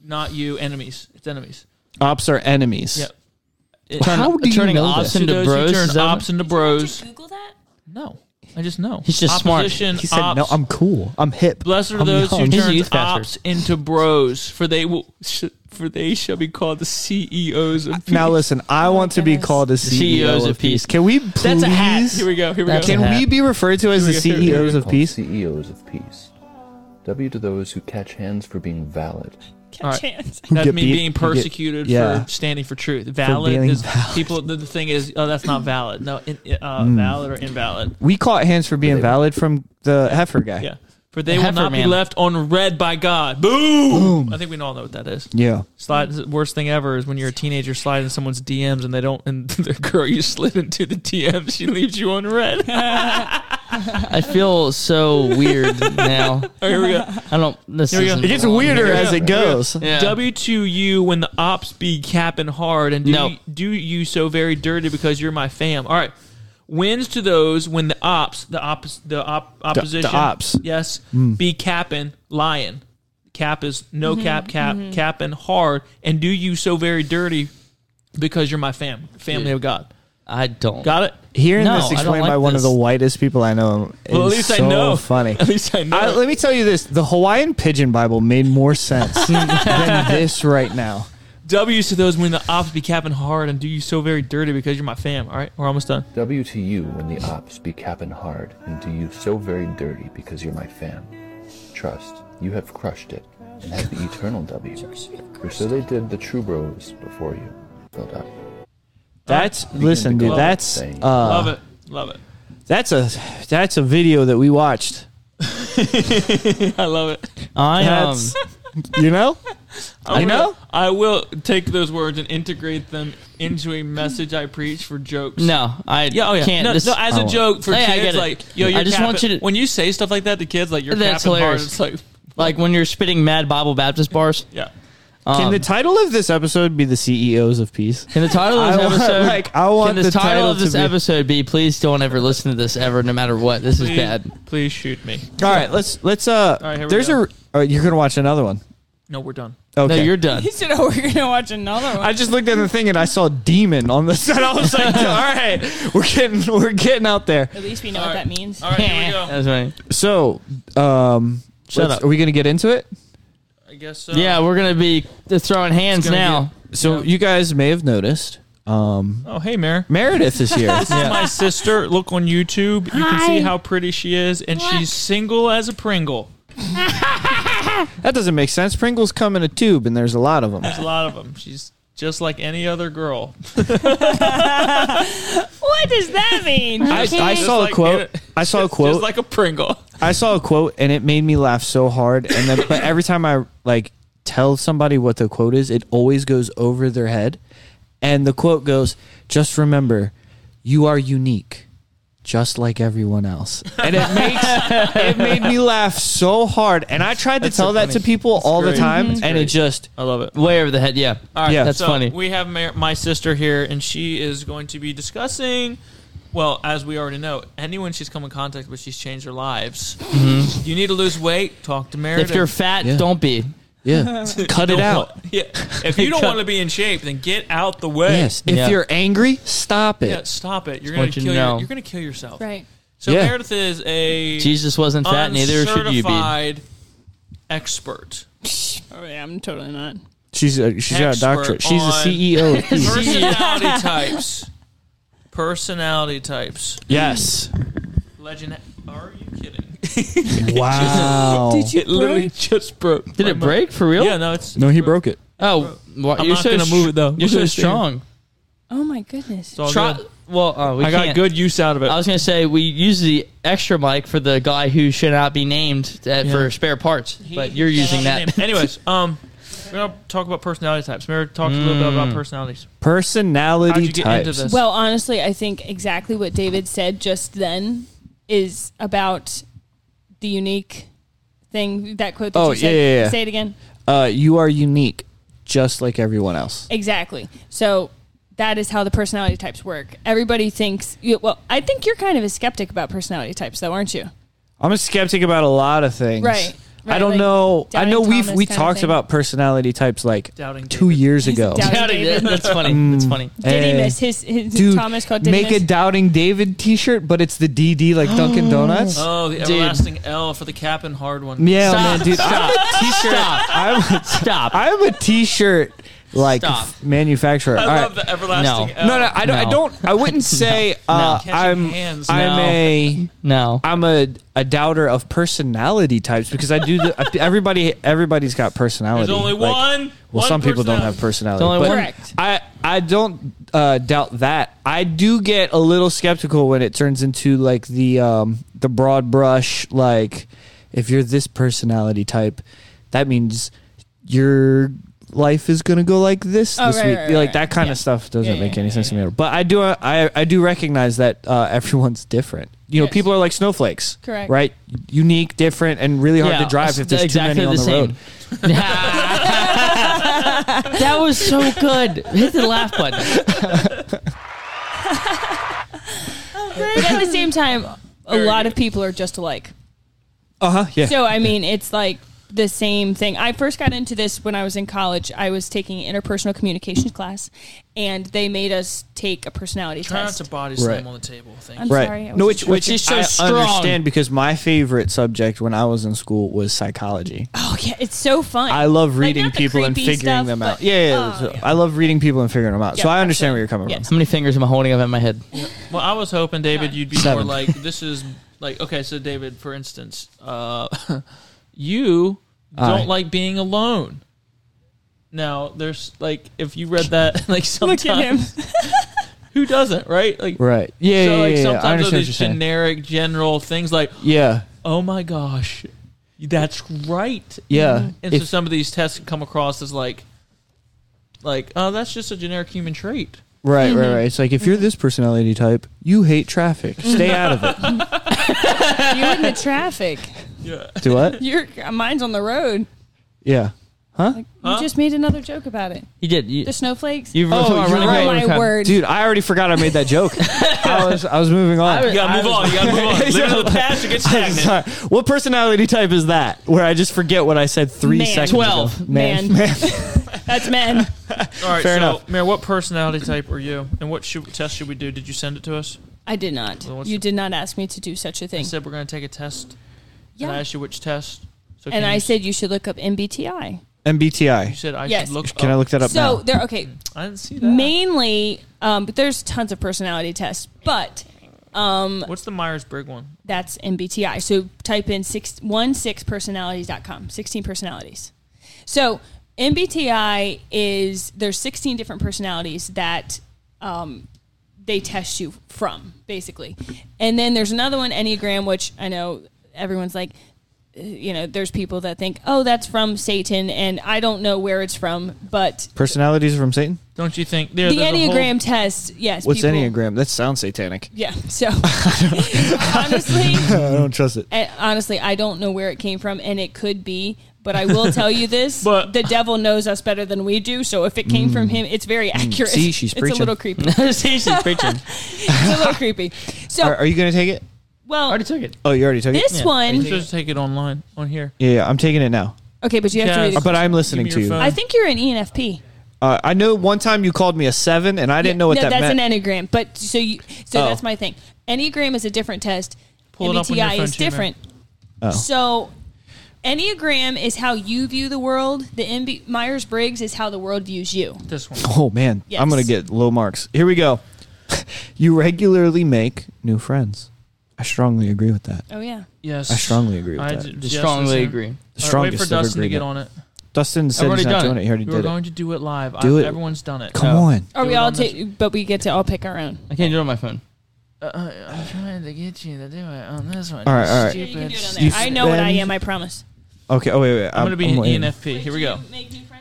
[SPEAKER 3] not you. Enemies. It's enemies.
[SPEAKER 2] Ops are enemies.
[SPEAKER 3] Yep.
[SPEAKER 2] How do you
[SPEAKER 4] turning
[SPEAKER 2] know
[SPEAKER 4] ops
[SPEAKER 2] this?
[SPEAKER 3] To
[SPEAKER 4] into
[SPEAKER 3] those
[SPEAKER 4] bros.
[SPEAKER 3] who turn
[SPEAKER 4] is that what-
[SPEAKER 3] ops into bros.
[SPEAKER 5] Google that.
[SPEAKER 3] No, I just know.
[SPEAKER 4] He's just smart.
[SPEAKER 3] Opposition,
[SPEAKER 2] He said,
[SPEAKER 3] ops.
[SPEAKER 2] "No, I'm cool. I'm hip."
[SPEAKER 3] Blessed are
[SPEAKER 2] I'm
[SPEAKER 3] those who
[SPEAKER 2] young."
[SPEAKER 4] He's a
[SPEAKER 3] turn
[SPEAKER 4] youth pastor.
[SPEAKER 3] ops into bros, for they will, sh- for they shall be called the CEOs of.
[SPEAKER 2] Now listen, I want to be
[SPEAKER 5] goodness.
[SPEAKER 2] called the
[SPEAKER 3] E
[SPEAKER 2] CEO
[SPEAKER 4] CEOs
[SPEAKER 2] of,
[SPEAKER 4] of peace.
[SPEAKER 2] peace. Can we please?
[SPEAKER 3] That's a hat. Here we go. Here we
[SPEAKER 4] That's
[SPEAKER 3] go.
[SPEAKER 4] a
[SPEAKER 2] Can
[SPEAKER 4] hat.
[SPEAKER 2] we be referred to as the
[SPEAKER 3] Here we go, here we go,
[SPEAKER 2] CEOs of
[SPEAKER 9] Called
[SPEAKER 2] peace?
[SPEAKER 9] CEOs of peace. W to those who catch hands for being valid.
[SPEAKER 5] Catch
[SPEAKER 3] All right.
[SPEAKER 5] hands.
[SPEAKER 3] That's
[SPEAKER 2] get
[SPEAKER 3] me
[SPEAKER 2] beat-
[SPEAKER 3] being
[SPEAKER 2] you get-
[SPEAKER 3] persecuted
[SPEAKER 2] yeah.
[SPEAKER 3] for standing for truth. Valid
[SPEAKER 2] being
[SPEAKER 3] is
[SPEAKER 2] valid. Hmm.
[SPEAKER 3] people. The, the thing is, oh, that's not valid. No, in, uh, valid or invalid.
[SPEAKER 2] We caught hands for being valid from the heifer guy.
[SPEAKER 3] Yeah, for they will
[SPEAKER 4] Heifer
[SPEAKER 3] not be
[SPEAKER 4] man.
[SPEAKER 3] left unread by God. Boom! I think we all know what that is.
[SPEAKER 2] Yeah.
[SPEAKER 3] Slide is the worst thing ever is when you're a teenager sliding someone's DMs and they don't and the girl you slid into the DM she leaves you unread. Oh, All
[SPEAKER 4] I feel so weird now.
[SPEAKER 3] right, here we go.
[SPEAKER 4] I don't. This
[SPEAKER 3] Here we go.
[SPEAKER 4] isn't-
[SPEAKER 3] It
[SPEAKER 2] It's weirder
[SPEAKER 3] Yeah.
[SPEAKER 2] as it goes.
[SPEAKER 4] Yeah.
[SPEAKER 3] W to you when the ops be capping hard and do,
[SPEAKER 4] No.
[SPEAKER 3] you, do you so very dirty because you're my fam. All right. Wins to those when the ops, the ops, the op, opposition,
[SPEAKER 2] ops. Hmm.
[SPEAKER 3] yes, be capping, lying. Cap is no cap, cap, capping hard, and do you so very dirty because you're my fam, family of God.
[SPEAKER 4] I don't.
[SPEAKER 3] Got it?
[SPEAKER 2] Hearing
[SPEAKER 4] No, I
[SPEAKER 2] this
[SPEAKER 4] don't
[SPEAKER 2] explained
[SPEAKER 4] like
[SPEAKER 2] by one of
[SPEAKER 4] this.
[SPEAKER 2] the whitest people I know is
[SPEAKER 3] Well, at least
[SPEAKER 2] so
[SPEAKER 3] I know.
[SPEAKER 2] funny.
[SPEAKER 3] At least I know.
[SPEAKER 2] I, let me tell you this: the Hawaiian pigeon Bible made more sense than this right now.
[SPEAKER 3] W's to those when the ops be capping hard and do you so very dirty because you're my fam. All right, we're almost done.
[SPEAKER 9] W to you when the ops be capping hard, and to you so very dirty because you're my fam. Trust, you have crushed it, and have the eternal W. For so they did the true bros before you. Filled up.
[SPEAKER 2] That's listen, dude.
[SPEAKER 3] Love it.
[SPEAKER 2] That's
[SPEAKER 9] Thank you.
[SPEAKER 2] uh,
[SPEAKER 3] Love it. Love it.
[SPEAKER 2] that's a that's a video that we watched.
[SPEAKER 3] I love it.
[SPEAKER 4] I um.
[SPEAKER 2] That's you know,
[SPEAKER 3] I
[SPEAKER 2] you know.
[SPEAKER 3] I will take those words and integrate them into a message I preach for jokes.
[SPEAKER 4] No, I
[SPEAKER 3] Yeah, oh yeah.
[SPEAKER 4] can't.
[SPEAKER 3] no,
[SPEAKER 4] this,
[SPEAKER 3] no, as
[SPEAKER 2] I
[SPEAKER 3] a
[SPEAKER 2] won't.
[SPEAKER 3] joke for
[SPEAKER 4] Hey, I
[SPEAKER 3] kids,
[SPEAKER 4] get it.
[SPEAKER 3] like yo,
[SPEAKER 4] I
[SPEAKER 3] you're
[SPEAKER 4] just want
[SPEAKER 3] capping-
[SPEAKER 4] you to-
[SPEAKER 3] when you say stuff like that to kids, like you're
[SPEAKER 4] That's
[SPEAKER 3] capping hard.
[SPEAKER 4] hilarious.
[SPEAKER 3] It's like
[SPEAKER 4] like when you're spitting mad Bible Baptist bars. um,
[SPEAKER 3] yeah,
[SPEAKER 2] Can
[SPEAKER 3] um,
[SPEAKER 2] the title of this episode be the CEOs of Peace?
[SPEAKER 4] Can the title of
[SPEAKER 2] I
[SPEAKER 4] this
[SPEAKER 2] want-
[SPEAKER 4] episode?
[SPEAKER 2] like, I want
[SPEAKER 4] can the,
[SPEAKER 2] the
[SPEAKER 4] title,
[SPEAKER 2] title
[SPEAKER 4] of this
[SPEAKER 2] to be-
[SPEAKER 4] episode be? Please don't ever listen to this ever, no matter what. This is
[SPEAKER 3] please,
[SPEAKER 4] bad.
[SPEAKER 3] Please shoot me.
[SPEAKER 2] All right, let's let's uh.
[SPEAKER 3] All right, here we
[SPEAKER 2] there's
[SPEAKER 3] go.
[SPEAKER 2] a. all right, you're gonna watch another one.
[SPEAKER 3] No, we're done.
[SPEAKER 2] Okay.
[SPEAKER 4] No, you're done.
[SPEAKER 5] He said, "Oh, we're gonna watch another one."
[SPEAKER 2] I just looked at the thing and I saw demon on the side. I was like, all right, we're getting we're getting out there.
[SPEAKER 5] At least we know what that means.
[SPEAKER 3] All right, here we go.
[SPEAKER 4] That's right.
[SPEAKER 2] So, um,
[SPEAKER 4] Shut
[SPEAKER 2] let's-
[SPEAKER 4] up.
[SPEAKER 2] Are we gonna get into it?
[SPEAKER 3] I guess so.
[SPEAKER 4] Yeah, we're gonna be throwing hands
[SPEAKER 3] gonna
[SPEAKER 4] now.
[SPEAKER 2] So you guys may have noticed um,
[SPEAKER 3] Oh, hey, Mayor.
[SPEAKER 2] Meredith is here.
[SPEAKER 3] My sister, look on YouTube. You can see
[SPEAKER 5] Hi.
[SPEAKER 3] how pretty she is, and she's single as a Pringle.
[SPEAKER 2] That doesn't make sense. Pringles come in a tube, and there's a lot of them.
[SPEAKER 3] There's a lot of them. She's just like any other girl.
[SPEAKER 5] What does that mean?
[SPEAKER 2] I, I
[SPEAKER 3] Just
[SPEAKER 2] saw
[SPEAKER 3] like
[SPEAKER 2] a quote.
[SPEAKER 3] Anna-
[SPEAKER 2] I saw a
[SPEAKER 3] Just-
[SPEAKER 2] quote.
[SPEAKER 3] Just like a Pringle.
[SPEAKER 2] I saw a quote, and it made me laugh so hard. And then, but every time I like tell somebody what the quote is, it always goes over their head. And the quote goes, "Just remember, you are unique, just like everyone else." And it makes it made me laugh so hard. And I tried to tell
[SPEAKER 4] so
[SPEAKER 2] that to
[SPEAKER 4] funny.
[SPEAKER 2] people all the
[SPEAKER 3] great.
[SPEAKER 2] time,
[SPEAKER 3] That's
[SPEAKER 2] and it
[SPEAKER 3] great.
[SPEAKER 2] just
[SPEAKER 3] I love it.
[SPEAKER 4] Way over the head. Yeah.
[SPEAKER 3] All right,
[SPEAKER 2] Yeah.
[SPEAKER 4] That's
[SPEAKER 3] so
[SPEAKER 4] funny.
[SPEAKER 3] We have my, my sister here, and she is going to be discussing. Well, as we already know, anyone she's come in contact with, she's changed their lives. You need to lose weight. Talk to Meredith.
[SPEAKER 4] Mm-hmm. If you're fat,
[SPEAKER 2] Yeah.
[SPEAKER 4] don't be.
[SPEAKER 2] yeah, cut it out.
[SPEAKER 3] Yeah. If you don't want to be in shape, then get out the way.
[SPEAKER 2] Yes, if
[SPEAKER 4] Yeah.
[SPEAKER 2] you're angry, stop it.
[SPEAKER 3] Yeah, stop it. You're
[SPEAKER 4] want
[SPEAKER 3] gonna
[SPEAKER 4] you to
[SPEAKER 3] kill your,
[SPEAKER 4] know.
[SPEAKER 3] you're gonna kill yourself.
[SPEAKER 5] right.
[SPEAKER 3] So
[SPEAKER 2] Yeah.
[SPEAKER 3] Meredith is a
[SPEAKER 4] Jesus wasn't fat, neither should you be.
[SPEAKER 3] uncertified expert.
[SPEAKER 5] Oh, yeah, I'm totally not.
[SPEAKER 2] She's a, she's got a
[SPEAKER 3] Expert
[SPEAKER 2] doctorate. She's
[SPEAKER 3] on-
[SPEAKER 2] a
[SPEAKER 4] E
[SPEAKER 2] CEO. Of Peace.
[SPEAKER 3] Personality types. Personality types.
[SPEAKER 2] yes.
[SPEAKER 3] Legend. Are you kidding?
[SPEAKER 2] Wow.
[SPEAKER 3] It literally just broke.
[SPEAKER 4] Did it break for real?
[SPEAKER 3] Yeah, no, it's
[SPEAKER 2] no, he broke it.
[SPEAKER 4] Oh, well,
[SPEAKER 3] I'm
[SPEAKER 4] you're
[SPEAKER 3] not
[SPEAKER 4] so
[SPEAKER 3] gonna
[SPEAKER 4] str-
[SPEAKER 3] move it,
[SPEAKER 4] You're
[SPEAKER 3] though. Look at
[SPEAKER 4] so
[SPEAKER 3] this thing.
[SPEAKER 4] strong.
[SPEAKER 5] Oh my goodness.
[SPEAKER 3] it's all
[SPEAKER 4] Try.
[SPEAKER 3] good.
[SPEAKER 4] Well, oh, we
[SPEAKER 3] I got
[SPEAKER 4] can't.
[SPEAKER 3] good use out of it.
[SPEAKER 4] I was gonna say we use the extra mic for the guy who should not be named that for spare parts, but you're using that.
[SPEAKER 3] Anyways, um, we're gonna talk about personality types. Meredith talked a little bit about personalities.
[SPEAKER 2] Personality
[SPEAKER 3] How'd you get
[SPEAKER 2] types.
[SPEAKER 3] into this?
[SPEAKER 5] Well, honestly, I think exactly what David said just then is about the unique thing. That quote. That
[SPEAKER 2] Oh,
[SPEAKER 5] you said.
[SPEAKER 2] yeah, yeah, yeah.
[SPEAKER 5] Say it again.
[SPEAKER 2] Uh, you are unique, just like everyone else.
[SPEAKER 5] Exactly. So that is how the personality types work. Everybody thinks. You, well, I think you're kind of a skeptic about personality types, though, aren't you?
[SPEAKER 2] I'm a skeptic about a lot of things.
[SPEAKER 5] Right, right,
[SPEAKER 2] I don't
[SPEAKER 5] like
[SPEAKER 2] know. I
[SPEAKER 5] Doubting
[SPEAKER 2] know we've
[SPEAKER 5] Thomas
[SPEAKER 2] we
[SPEAKER 5] kinda
[SPEAKER 2] talked
[SPEAKER 5] thing.
[SPEAKER 2] about personality types like
[SPEAKER 3] Doubting
[SPEAKER 2] two
[SPEAKER 3] David.
[SPEAKER 2] years ago.
[SPEAKER 5] doubting-
[SPEAKER 4] Yeah,
[SPEAKER 5] David.
[SPEAKER 4] That's funny.
[SPEAKER 2] Mm.
[SPEAKER 4] That's funny.
[SPEAKER 5] Did
[SPEAKER 2] Hey.
[SPEAKER 5] he miss his, his
[SPEAKER 2] Dude,
[SPEAKER 5] Thomas called
[SPEAKER 2] make
[SPEAKER 5] Didymus?
[SPEAKER 2] a doubting David T-shirt, but it's the DD like Dunkin' Donuts.
[SPEAKER 3] oh, the everlasting L for the cap and hard one.
[SPEAKER 2] yeah,
[SPEAKER 4] Stop.
[SPEAKER 2] Oh, man, dude.
[SPEAKER 4] Stop. Stop.
[SPEAKER 2] I'm a,
[SPEAKER 4] Stop.
[SPEAKER 2] I'm a T-shirt like
[SPEAKER 4] Stop.
[SPEAKER 2] f- manufacturer.
[SPEAKER 3] I
[SPEAKER 2] All right.
[SPEAKER 3] love the everlasting
[SPEAKER 4] No.
[SPEAKER 3] L.
[SPEAKER 2] no, no, I don't. I
[SPEAKER 4] No.
[SPEAKER 2] don't. I wouldn't say uh,
[SPEAKER 3] Catching
[SPEAKER 2] I'm.
[SPEAKER 3] hands.
[SPEAKER 2] I'm
[SPEAKER 4] No.
[SPEAKER 2] a.
[SPEAKER 4] no.
[SPEAKER 2] I'm a, a doubter of personality types because I do the, everybody everybody's got personality.
[SPEAKER 3] There's only
[SPEAKER 2] Like,
[SPEAKER 3] one.
[SPEAKER 2] Well,
[SPEAKER 3] one
[SPEAKER 2] some people don't
[SPEAKER 3] personality.
[SPEAKER 2] have personality.
[SPEAKER 4] There's only
[SPEAKER 2] but
[SPEAKER 4] one-
[SPEAKER 5] Correct.
[SPEAKER 2] I I don't uh, doubt that. I do get a little skeptical when it turns into like the um, the broad brush. Like if you're this personality type, that means your life is gonna go like this
[SPEAKER 5] Oh,
[SPEAKER 2] this
[SPEAKER 5] right,
[SPEAKER 2] week.
[SPEAKER 5] right, right,
[SPEAKER 2] like
[SPEAKER 5] right.
[SPEAKER 2] that kind
[SPEAKER 5] Yeah.
[SPEAKER 2] of stuff doesn't
[SPEAKER 5] Yeah,
[SPEAKER 2] make
[SPEAKER 5] yeah,
[SPEAKER 2] any sense to me. But I do I I do recognize that uh, everyone's different. You know,
[SPEAKER 5] Yes.
[SPEAKER 2] people are like snowflakes,
[SPEAKER 5] Correct.
[SPEAKER 2] Right, unique, different, and really hard
[SPEAKER 4] Yeah,
[SPEAKER 2] to drive if there's
[SPEAKER 4] exactly
[SPEAKER 2] too many on the,
[SPEAKER 4] the
[SPEAKER 2] road.
[SPEAKER 4] same. that was so good. Hit the laugh button.
[SPEAKER 5] But at the same time, a lot of people are just alike.
[SPEAKER 2] Uh huh. Yeah.
[SPEAKER 5] So I mean, it's like the same thing. I first got into this when I was in college. I was taking an interpersonal communications class, and they made us take a personality
[SPEAKER 3] Try not
[SPEAKER 5] test.
[SPEAKER 3] to body slam
[SPEAKER 2] Right.
[SPEAKER 3] on the table. Thank
[SPEAKER 5] I'm
[SPEAKER 3] you.
[SPEAKER 2] right.
[SPEAKER 5] sorry. I
[SPEAKER 2] no,
[SPEAKER 5] was-
[SPEAKER 2] which which
[SPEAKER 4] Which is so
[SPEAKER 2] I
[SPEAKER 4] strong.
[SPEAKER 2] understand because my favorite subject when I was in school was psychology.
[SPEAKER 5] oh yeah, it's so fun.
[SPEAKER 2] I love
[SPEAKER 5] Like,
[SPEAKER 2] reading
[SPEAKER 5] not the
[SPEAKER 2] people and
[SPEAKER 5] creepy
[SPEAKER 2] figuring
[SPEAKER 5] stuff,
[SPEAKER 2] them out.
[SPEAKER 5] but-
[SPEAKER 2] Yeah, yeah,
[SPEAKER 5] Oh,
[SPEAKER 2] so
[SPEAKER 5] yeah.
[SPEAKER 2] I love reading people and figuring them out. so
[SPEAKER 5] Yeah,
[SPEAKER 2] I understand where you're coming
[SPEAKER 5] Yes.
[SPEAKER 2] from.
[SPEAKER 4] How many fingers am I holding up at my head?
[SPEAKER 3] Well, I was hoping David, you'd be more
[SPEAKER 2] Seven.
[SPEAKER 3] like this is like okay. So David, for instance, uh, you
[SPEAKER 2] Aye.
[SPEAKER 3] don't like being alone. Now, there's like if you read that, like
[SPEAKER 5] Look at him.
[SPEAKER 3] sometimes who doesn't, right? Like
[SPEAKER 2] Right. Yeah,
[SPEAKER 3] so
[SPEAKER 2] yeah,
[SPEAKER 3] like
[SPEAKER 2] yeah, yeah. I
[SPEAKER 3] sometimes
[SPEAKER 2] understand what you're
[SPEAKER 3] these
[SPEAKER 2] saying.
[SPEAKER 3] generic, general things like
[SPEAKER 2] Yeah.
[SPEAKER 3] oh my gosh, that's right.
[SPEAKER 4] Mm-hmm.
[SPEAKER 2] Yeah.
[SPEAKER 3] And so
[SPEAKER 2] If-
[SPEAKER 3] some of these tests come across as like, like oh, that's just a generic human trait.
[SPEAKER 2] right,
[SPEAKER 5] Mm-hmm.
[SPEAKER 2] right, right. It's like if you're this personality type, you hate traffic. Stay
[SPEAKER 5] Mm-hmm.
[SPEAKER 2] out of it.
[SPEAKER 5] You're in the traffic. uh,
[SPEAKER 3] Yeah.
[SPEAKER 2] Do what?
[SPEAKER 5] You're mine's on the road.
[SPEAKER 2] Yeah.
[SPEAKER 5] You just made another joke about it.
[SPEAKER 4] He did. You,
[SPEAKER 5] The snowflakes.
[SPEAKER 4] you
[SPEAKER 2] Oh,
[SPEAKER 4] remember
[SPEAKER 2] you're
[SPEAKER 4] running
[SPEAKER 2] right.
[SPEAKER 5] Oh
[SPEAKER 4] away
[SPEAKER 5] my
[SPEAKER 4] with-
[SPEAKER 5] word.
[SPEAKER 2] Dude, I already forgot I made that joke. I was I was moving on.
[SPEAKER 4] I was-
[SPEAKER 3] You gotta move on. You gotta move on. Live in the past or get
[SPEAKER 2] I'm
[SPEAKER 3] stagnant.
[SPEAKER 2] sorry. What personality type is that? Where I just forget what I said three
[SPEAKER 5] Man.
[SPEAKER 2] seconds ago.
[SPEAKER 5] Twelve. Man. That's men.
[SPEAKER 3] All right,
[SPEAKER 2] Fair
[SPEAKER 3] so,
[SPEAKER 2] enough.
[SPEAKER 3] Mayor, what personality type are you, and what should, test should we do? Did you send it to us?
[SPEAKER 5] I did not.
[SPEAKER 3] Well, what's-
[SPEAKER 5] You did not ask me to do such a
[SPEAKER 3] I
[SPEAKER 5] thing.
[SPEAKER 3] said we're gonna take a test. And I
[SPEAKER 5] Yeah.
[SPEAKER 3] asked you which test. So can
[SPEAKER 5] And I
[SPEAKER 3] you-
[SPEAKER 5] said you should look up MBTI.
[SPEAKER 3] you
[SPEAKER 2] MBTI.
[SPEAKER 3] said I
[SPEAKER 5] Yes.
[SPEAKER 3] should look.
[SPEAKER 2] Can I
[SPEAKER 3] up-
[SPEAKER 2] look that up
[SPEAKER 5] So
[SPEAKER 2] now?
[SPEAKER 5] there. Okay.
[SPEAKER 3] I didn't see that.
[SPEAKER 5] Mainly, um, but there's tons of personality tests, but
[SPEAKER 3] What's the Myers Briggs one?
[SPEAKER 5] that's MBTI. So type in six one six personalities.com, 16 personalities. So MBTI is there's 16 different personalities that um, they test you from, basically. And then there's another one, Enneagram, which I know everyone's like, uh, you know, there's people that think, oh, that's from Satan, and I don't know where it's from, but
[SPEAKER 2] Personalities from Satan?
[SPEAKER 3] Don't you think there,
[SPEAKER 5] the
[SPEAKER 3] there's
[SPEAKER 5] Enneagram test, yes.
[SPEAKER 2] What's
[SPEAKER 5] people-
[SPEAKER 2] Enneagram? That sounds satanic.
[SPEAKER 5] Yeah. So honestly,
[SPEAKER 2] I don't trust it.
[SPEAKER 5] and honestly, I don't know where it came from, and it could be. But I will tell you this:
[SPEAKER 3] But-
[SPEAKER 5] the devil knows us better than we do. So if it came from him, it's very accurate.
[SPEAKER 2] Mm. See, she's
[SPEAKER 5] it's
[SPEAKER 2] preaching.
[SPEAKER 5] a little creepy.
[SPEAKER 4] See, she's preaching.
[SPEAKER 5] It's a little creepy. So
[SPEAKER 2] Are, are you going to take it?
[SPEAKER 5] well,
[SPEAKER 4] Already took it.
[SPEAKER 2] Oh, you already took
[SPEAKER 5] this
[SPEAKER 2] it?
[SPEAKER 3] A whole, you
[SPEAKER 5] one.
[SPEAKER 3] should just take it online on here.
[SPEAKER 2] Yeah, yeah, I'm taking it now.
[SPEAKER 5] Okay, but you have
[SPEAKER 3] Yeah.
[SPEAKER 5] to read it.
[SPEAKER 2] But I'm listening
[SPEAKER 3] Give
[SPEAKER 2] to
[SPEAKER 3] me your
[SPEAKER 2] you.
[SPEAKER 3] phone.
[SPEAKER 5] I think you're an E ENFP.
[SPEAKER 2] Uh, I know one time you called me a seven, and I didn't know what
[SPEAKER 5] no,
[SPEAKER 2] that
[SPEAKER 5] that's
[SPEAKER 2] meant.
[SPEAKER 5] an enneagram. But so you, so
[SPEAKER 2] Oh.
[SPEAKER 5] that's my thing. Enneagram is a different test.
[SPEAKER 3] Pull it up on your
[SPEAKER 5] MBTI
[SPEAKER 3] phone
[SPEAKER 5] is
[SPEAKER 3] too, man.
[SPEAKER 5] different.
[SPEAKER 2] Oh.
[SPEAKER 5] So enneagram is how you view the world. The MB- Myers Briggs is how the world views you.
[SPEAKER 3] This one.
[SPEAKER 2] Oh man,
[SPEAKER 5] Yes.
[SPEAKER 2] I'm gonna get low marks. Here we go. you regularly make new friends. I strongly agree with that.
[SPEAKER 5] Oh yeah.
[SPEAKER 3] Yes.
[SPEAKER 2] I strongly agree with
[SPEAKER 3] I
[SPEAKER 2] that.
[SPEAKER 3] d-
[SPEAKER 4] Just
[SPEAKER 3] yes,
[SPEAKER 4] strongly
[SPEAKER 3] listen.
[SPEAKER 4] agree.
[SPEAKER 2] The
[SPEAKER 3] All right, wait
[SPEAKER 2] strongest
[SPEAKER 3] for
[SPEAKER 2] ever
[SPEAKER 3] Dustin to
[SPEAKER 2] agreement.
[SPEAKER 3] get on it.
[SPEAKER 2] Dustin said
[SPEAKER 4] already
[SPEAKER 2] he's not
[SPEAKER 4] done
[SPEAKER 2] doing
[SPEAKER 4] it.
[SPEAKER 2] it. He already
[SPEAKER 3] We were
[SPEAKER 2] did it.
[SPEAKER 3] going to do it live.
[SPEAKER 2] Do
[SPEAKER 3] I,
[SPEAKER 2] it.
[SPEAKER 3] Everyone's done it.
[SPEAKER 2] Come
[SPEAKER 4] No.
[SPEAKER 2] on.
[SPEAKER 5] Are
[SPEAKER 3] Do
[SPEAKER 5] we
[SPEAKER 3] it
[SPEAKER 5] all
[SPEAKER 3] on this-
[SPEAKER 5] take? But we get to all pick our own.
[SPEAKER 4] I can't do it on my phone.
[SPEAKER 3] Uh, I'm trying to get you to do it on this one.
[SPEAKER 2] All right, all right.
[SPEAKER 5] You can do it on
[SPEAKER 3] Stupid.
[SPEAKER 5] there. I know what I
[SPEAKER 2] spend-
[SPEAKER 5] am. I promise.
[SPEAKER 2] Okay. Oh wait, wait.
[SPEAKER 3] I'm going to be an E
[SPEAKER 2] waiting.
[SPEAKER 3] ENFP. Here we go.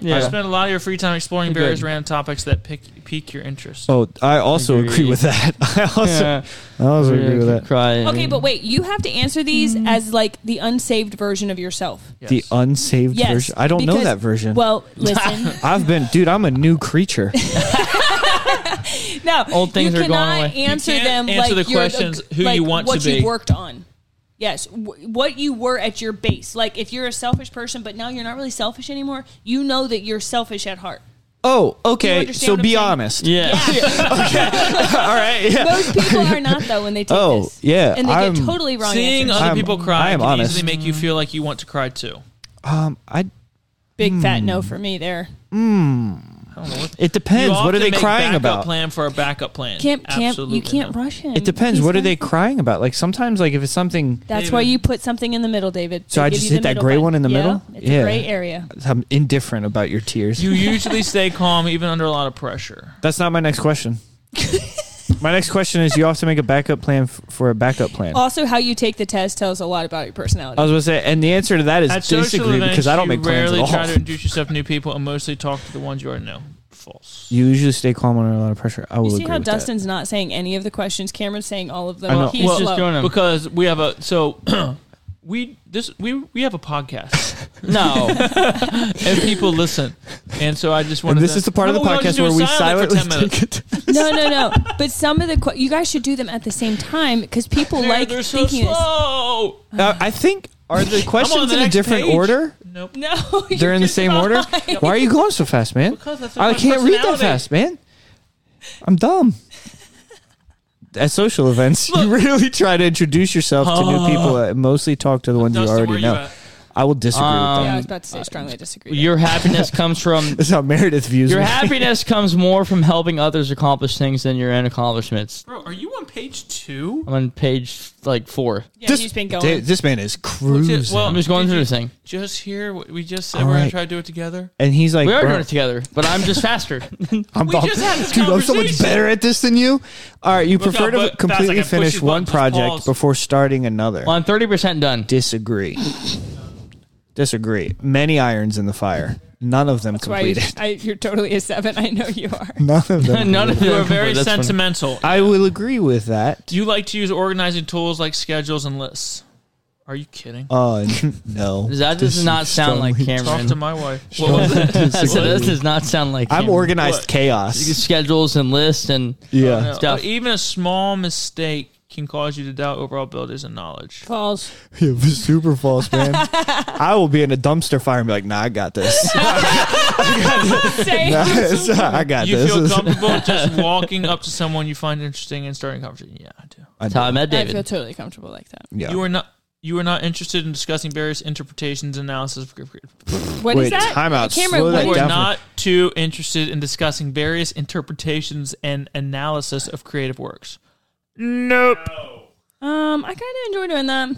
[SPEAKER 4] Yeah.
[SPEAKER 3] I spent a lot of your free time exploring
[SPEAKER 4] You're
[SPEAKER 3] various
[SPEAKER 4] good.
[SPEAKER 3] random topics that pick, pique your interest.
[SPEAKER 2] Oh, I also
[SPEAKER 4] Agree.
[SPEAKER 2] agree, with that. I also, I also agree with that.
[SPEAKER 4] Crying.
[SPEAKER 5] Okay, but wait. You have to answer these
[SPEAKER 2] Mm.
[SPEAKER 5] as like the unsaved version of yourself.
[SPEAKER 3] Yes.
[SPEAKER 2] The unsaved
[SPEAKER 5] Yes.
[SPEAKER 2] version. I don't know
[SPEAKER 5] because-
[SPEAKER 2] that version.
[SPEAKER 5] Well, listen.
[SPEAKER 2] I've been, dude. I'm a new creature.
[SPEAKER 5] No,
[SPEAKER 4] Old things
[SPEAKER 5] you
[SPEAKER 4] are going
[SPEAKER 5] cannot
[SPEAKER 4] away.
[SPEAKER 5] Answer
[SPEAKER 3] You can't
[SPEAKER 5] them.
[SPEAKER 3] answer
[SPEAKER 5] like
[SPEAKER 3] the
[SPEAKER 5] you're
[SPEAKER 3] questions who you
[SPEAKER 5] like
[SPEAKER 3] want to
[SPEAKER 5] what
[SPEAKER 3] be.
[SPEAKER 5] you worked on. Yes, wh- what you were at your base. Like if you're a selfish person, but now you're not really selfish anymore. You know that you're selfish at heart.
[SPEAKER 2] Oh, okay.
[SPEAKER 5] understand
[SPEAKER 2] So
[SPEAKER 5] what I'm
[SPEAKER 2] be
[SPEAKER 5] saying?
[SPEAKER 2] honest.
[SPEAKER 4] Yeah.
[SPEAKER 2] All right. Yeah.
[SPEAKER 5] Most people are not though when they take
[SPEAKER 2] Oh,
[SPEAKER 5] this.
[SPEAKER 2] yeah,
[SPEAKER 5] and they
[SPEAKER 2] I'm-
[SPEAKER 5] get totally wrong.
[SPEAKER 3] Seeing
[SPEAKER 5] answers.
[SPEAKER 3] other
[SPEAKER 2] I'm-
[SPEAKER 3] people cry
[SPEAKER 2] I am
[SPEAKER 3] can
[SPEAKER 2] honest.
[SPEAKER 3] easily make you feel like you want to cry too.
[SPEAKER 2] Um, I.
[SPEAKER 5] Big
[SPEAKER 2] Hmm.
[SPEAKER 5] fat no for me there.
[SPEAKER 2] It
[SPEAKER 3] You
[SPEAKER 2] depends. What are
[SPEAKER 3] often
[SPEAKER 2] they
[SPEAKER 3] make
[SPEAKER 2] crying
[SPEAKER 3] backup
[SPEAKER 2] about?
[SPEAKER 3] Plan for a backup plan.
[SPEAKER 5] Can't can't
[SPEAKER 3] Absolutely
[SPEAKER 5] you can't
[SPEAKER 3] not.
[SPEAKER 5] rush him.
[SPEAKER 2] It depends.
[SPEAKER 5] He's
[SPEAKER 2] what are
[SPEAKER 5] gonna-
[SPEAKER 2] they crying about? Like sometimes, like if it's something
[SPEAKER 5] That's
[SPEAKER 3] David.
[SPEAKER 5] why you put something in the middle, David.
[SPEAKER 2] So
[SPEAKER 5] They
[SPEAKER 2] I
[SPEAKER 5] give
[SPEAKER 2] just
[SPEAKER 5] you the
[SPEAKER 2] hit that
[SPEAKER 5] middle
[SPEAKER 2] gray
[SPEAKER 5] button.
[SPEAKER 2] one in the middle?
[SPEAKER 5] Yeah, it's
[SPEAKER 2] Yeah.
[SPEAKER 5] a gray area.
[SPEAKER 2] I'm indifferent about your tears.
[SPEAKER 3] You usually stay calm even under a lot of pressure.
[SPEAKER 2] That's not my next question. my next question is: You also make a backup plan f- for a backup plan.
[SPEAKER 3] Oh.
[SPEAKER 5] Also, how you take the test tells a lot about your personality.
[SPEAKER 2] I was gonna say, and the answer to that is
[SPEAKER 3] At social
[SPEAKER 2] disagree
[SPEAKER 3] events,
[SPEAKER 2] because I don't make
[SPEAKER 3] you
[SPEAKER 2] plans
[SPEAKER 3] rarely
[SPEAKER 2] at
[SPEAKER 3] try
[SPEAKER 2] all.
[SPEAKER 3] to introduce yourself to new people and mostly talk to the ones you already know. False.
[SPEAKER 2] you usually stay calm under a lot of pressure. I will
[SPEAKER 5] You see
[SPEAKER 2] agree
[SPEAKER 5] how
[SPEAKER 2] with that.
[SPEAKER 5] Dustin's not saying any of the questions. Cameron's saying all of them.
[SPEAKER 2] I know.
[SPEAKER 5] He's
[SPEAKER 4] Well,
[SPEAKER 5] slow.
[SPEAKER 4] just doing them.
[SPEAKER 3] Because we have a so we this we we have a podcast
[SPEAKER 4] No.
[SPEAKER 3] and people listen, and so I just wanted.
[SPEAKER 2] And this
[SPEAKER 3] to,
[SPEAKER 2] is the part of the
[SPEAKER 3] No, we'll just
[SPEAKER 2] podcast
[SPEAKER 3] do
[SPEAKER 2] where
[SPEAKER 3] it
[SPEAKER 2] we
[SPEAKER 3] silent
[SPEAKER 2] silently
[SPEAKER 3] for 10 minutes.
[SPEAKER 2] take it.
[SPEAKER 5] no, no, no. But some of the que- you guys should do them at the same time because people
[SPEAKER 3] They're-
[SPEAKER 5] like
[SPEAKER 3] they're so
[SPEAKER 5] thinking this.
[SPEAKER 3] slow.
[SPEAKER 2] Uh, I think are the
[SPEAKER 3] I'm on
[SPEAKER 2] questions
[SPEAKER 3] the
[SPEAKER 2] in a
[SPEAKER 3] next
[SPEAKER 2] different
[SPEAKER 3] page.
[SPEAKER 2] order?
[SPEAKER 3] Nope.
[SPEAKER 5] No, you're
[SPEAKER 2] They're in the
[SPEAKER 5] just
[SPEAKER 2] same
[SPEAKER 5] fine.
[SPEAKER 2] order. Why are you going so fast, man?
[SPEAKER 3] Because that's
[SPEAKER 2] I
[SPEAKER 3] my
[SPEAKER 2] can't read that
[SPEAKER 3] personality.
[SPEAKER 2] fast, man. I'm dumb. At social events, you really try to introduce yourself to new people and mostly talk to the ones
[SPEAKER 3] Dustin,
[SPEAKER 2] you
[SPEAKER 3] where
[SPEAKER 2] already
[SPEAKER 3] you
[SPEAKER 2] know.
[SPEAKER 3] at? Um,
[SPEAKER 2] I will disagree with
[SPEAKER 5] Yeah, I
[SPEAKER 2] that.
[SPEAKER 5] was about to say
[SPEAKER 2] uh,
[SPEAKER 5] strongly disagree.
[SPEAKER 4] Your happiness comes from
[SPEAKER 2] That's how Meredith views
[SPEAKER 4] your
[SPEAKER 2] me.
[SPEAKER 4] happiness comes more from helping others accomplish things than your own accomplishments.
[SPEAKER 3] Bro, are you on page two?
[SPEAKER 4] I'm on page like four.
[SPEAKER 5] yeah,
[SPEAKER 2] this,
[SPEAKER 5] he's been going.
[SPEAKER 2] Dude, this man is cruising.
[SPEAKER 3] Well,
[SPEAKER 4] I'm just going
[SPEAKER 3] did
[SPEAKER 4] through
[SPEAKER 3] you
[SPEAKER 4] this thing.
[SPEAKER 3] Just hear what we just said.
[SPEAKER 2] All
[SPEAKER 3] We're gonna
[SPEAKER 2] right.
[SPEAKER 3] try to do it together.
[SPEAKER 2] and he's like,
[SPEAKER 4] We are
[SPEAKER 2] "Bro,
[SPEAKER 4] doing it together, but I'm just faster.
[SPEAKER 2] I'm,
[SPEAKER 3] We just had this
[SPEAKER 2] dude, I'm so much
[SPEAKER 3] conversation.
[SPEAKER 2] better at this than you. All right, you
[SPEAKER 3] Look
[SPEAKER 2] prefer
[SPEAKER 3] how bu-
[SPEAKER 2] to
[SPEAKER 3] fast I
[SPEAKER 2] completely
[SPEAKER 3] can push
[SPEAKER 2] finish
[SPEAKER 3] these
[SPEAKER 2] one
[SPEAKER 3] buttons, just pause.
[SPEAKER 2] project before starting another.
[SPEAKER 4] well, I'm thirty percent done.
[SPEAKER 2] Disagree. Disagree. Many irons in the fire. None of them
[SPEAKER 5] That's why you,
[SPEAKER 2] completed.
[SPEAKER 5] I, you're totally a seven. I know you are.
[SPEAKER 2] None of them.
[SPEAKER 4] None of them.
[SPEAKER 3] You are very
[SPEAKER 4] That's funny.
[SPEAKER 3] sentimental.
[SPEAKER 2] I will agree with that.
[SPEAKER 3] Do you like to use organizing tools like schedules and lists? Are you kidding?
[SPEAKER 2] Uh, no.
[SPEAKER 4] That does not sound like
[SPEAKER 3] Talk to
[SPEAKER 4] Cameron.
[SPEAKER 3] my wife. What was it?
[SPEAKER 4] I said, that does not sound like
[SPEAKER 2] I'm
[SPEAKER 4] Cameron.
[SPEAKER 2] organized
[SPEAKER 3] What?
[SPEAKER 2] chaos.
[SPEAKER 4] Schedules and lists and
[SPEAKER 2] Yeah.
[SPEAKER 3] No,
[SPEAKER 4] Stuff.
[SPEAKER 3] uh, even a small mistake can cause you to doubt overall builders and knowledge.
[SPEAKER 5] Falls.
[SPEAKER 2] It was super false, man. I will be in a dumpster fire and be like, nah, I got this.
[SPEAKER 5] Say.
[SPEAKER 2] Nah, it's- I got
[SPEAKER 3] You
[SPEAKER 2] this.
[SPEAKER 3] feel
[SPEAKER 2] It's-
[SPEAKER 3] comfortable just walking up to someone you find interesting and starting a conversation. Yeah, I do.
[SPEAKER 2] I know.
[SPEAKER 4] that's how I met
[SPEAKER 5] I feel
[SPEAKER 4] David.
[SPEAKER 5] totally comfortable like that.
[SPEAKER 2] Yeah.
[SPEAKER 3] You are not. You are not interested in discussing various interpretations and analysis of Greek-
[SPEAKER 5] What is
[SPEAKER 2] Wait,
[SPEAKER 5] that?
[SPEAKER 2] time out.
[SPEAKER 5] Cameron,
[SPEAKER 2] Slow
[SPEAKER 5] what
[SPEAKER 2] that
[SPEAKER 5] is
[SPEAKER 3] We're
[SPEAKER 2] down. Definitely.
[SPEAKER 3] not too interested in discussing various interpretations and analysis of creative works. Nope.
[SPEAKER 5] Um, I kind of enjoy doing that.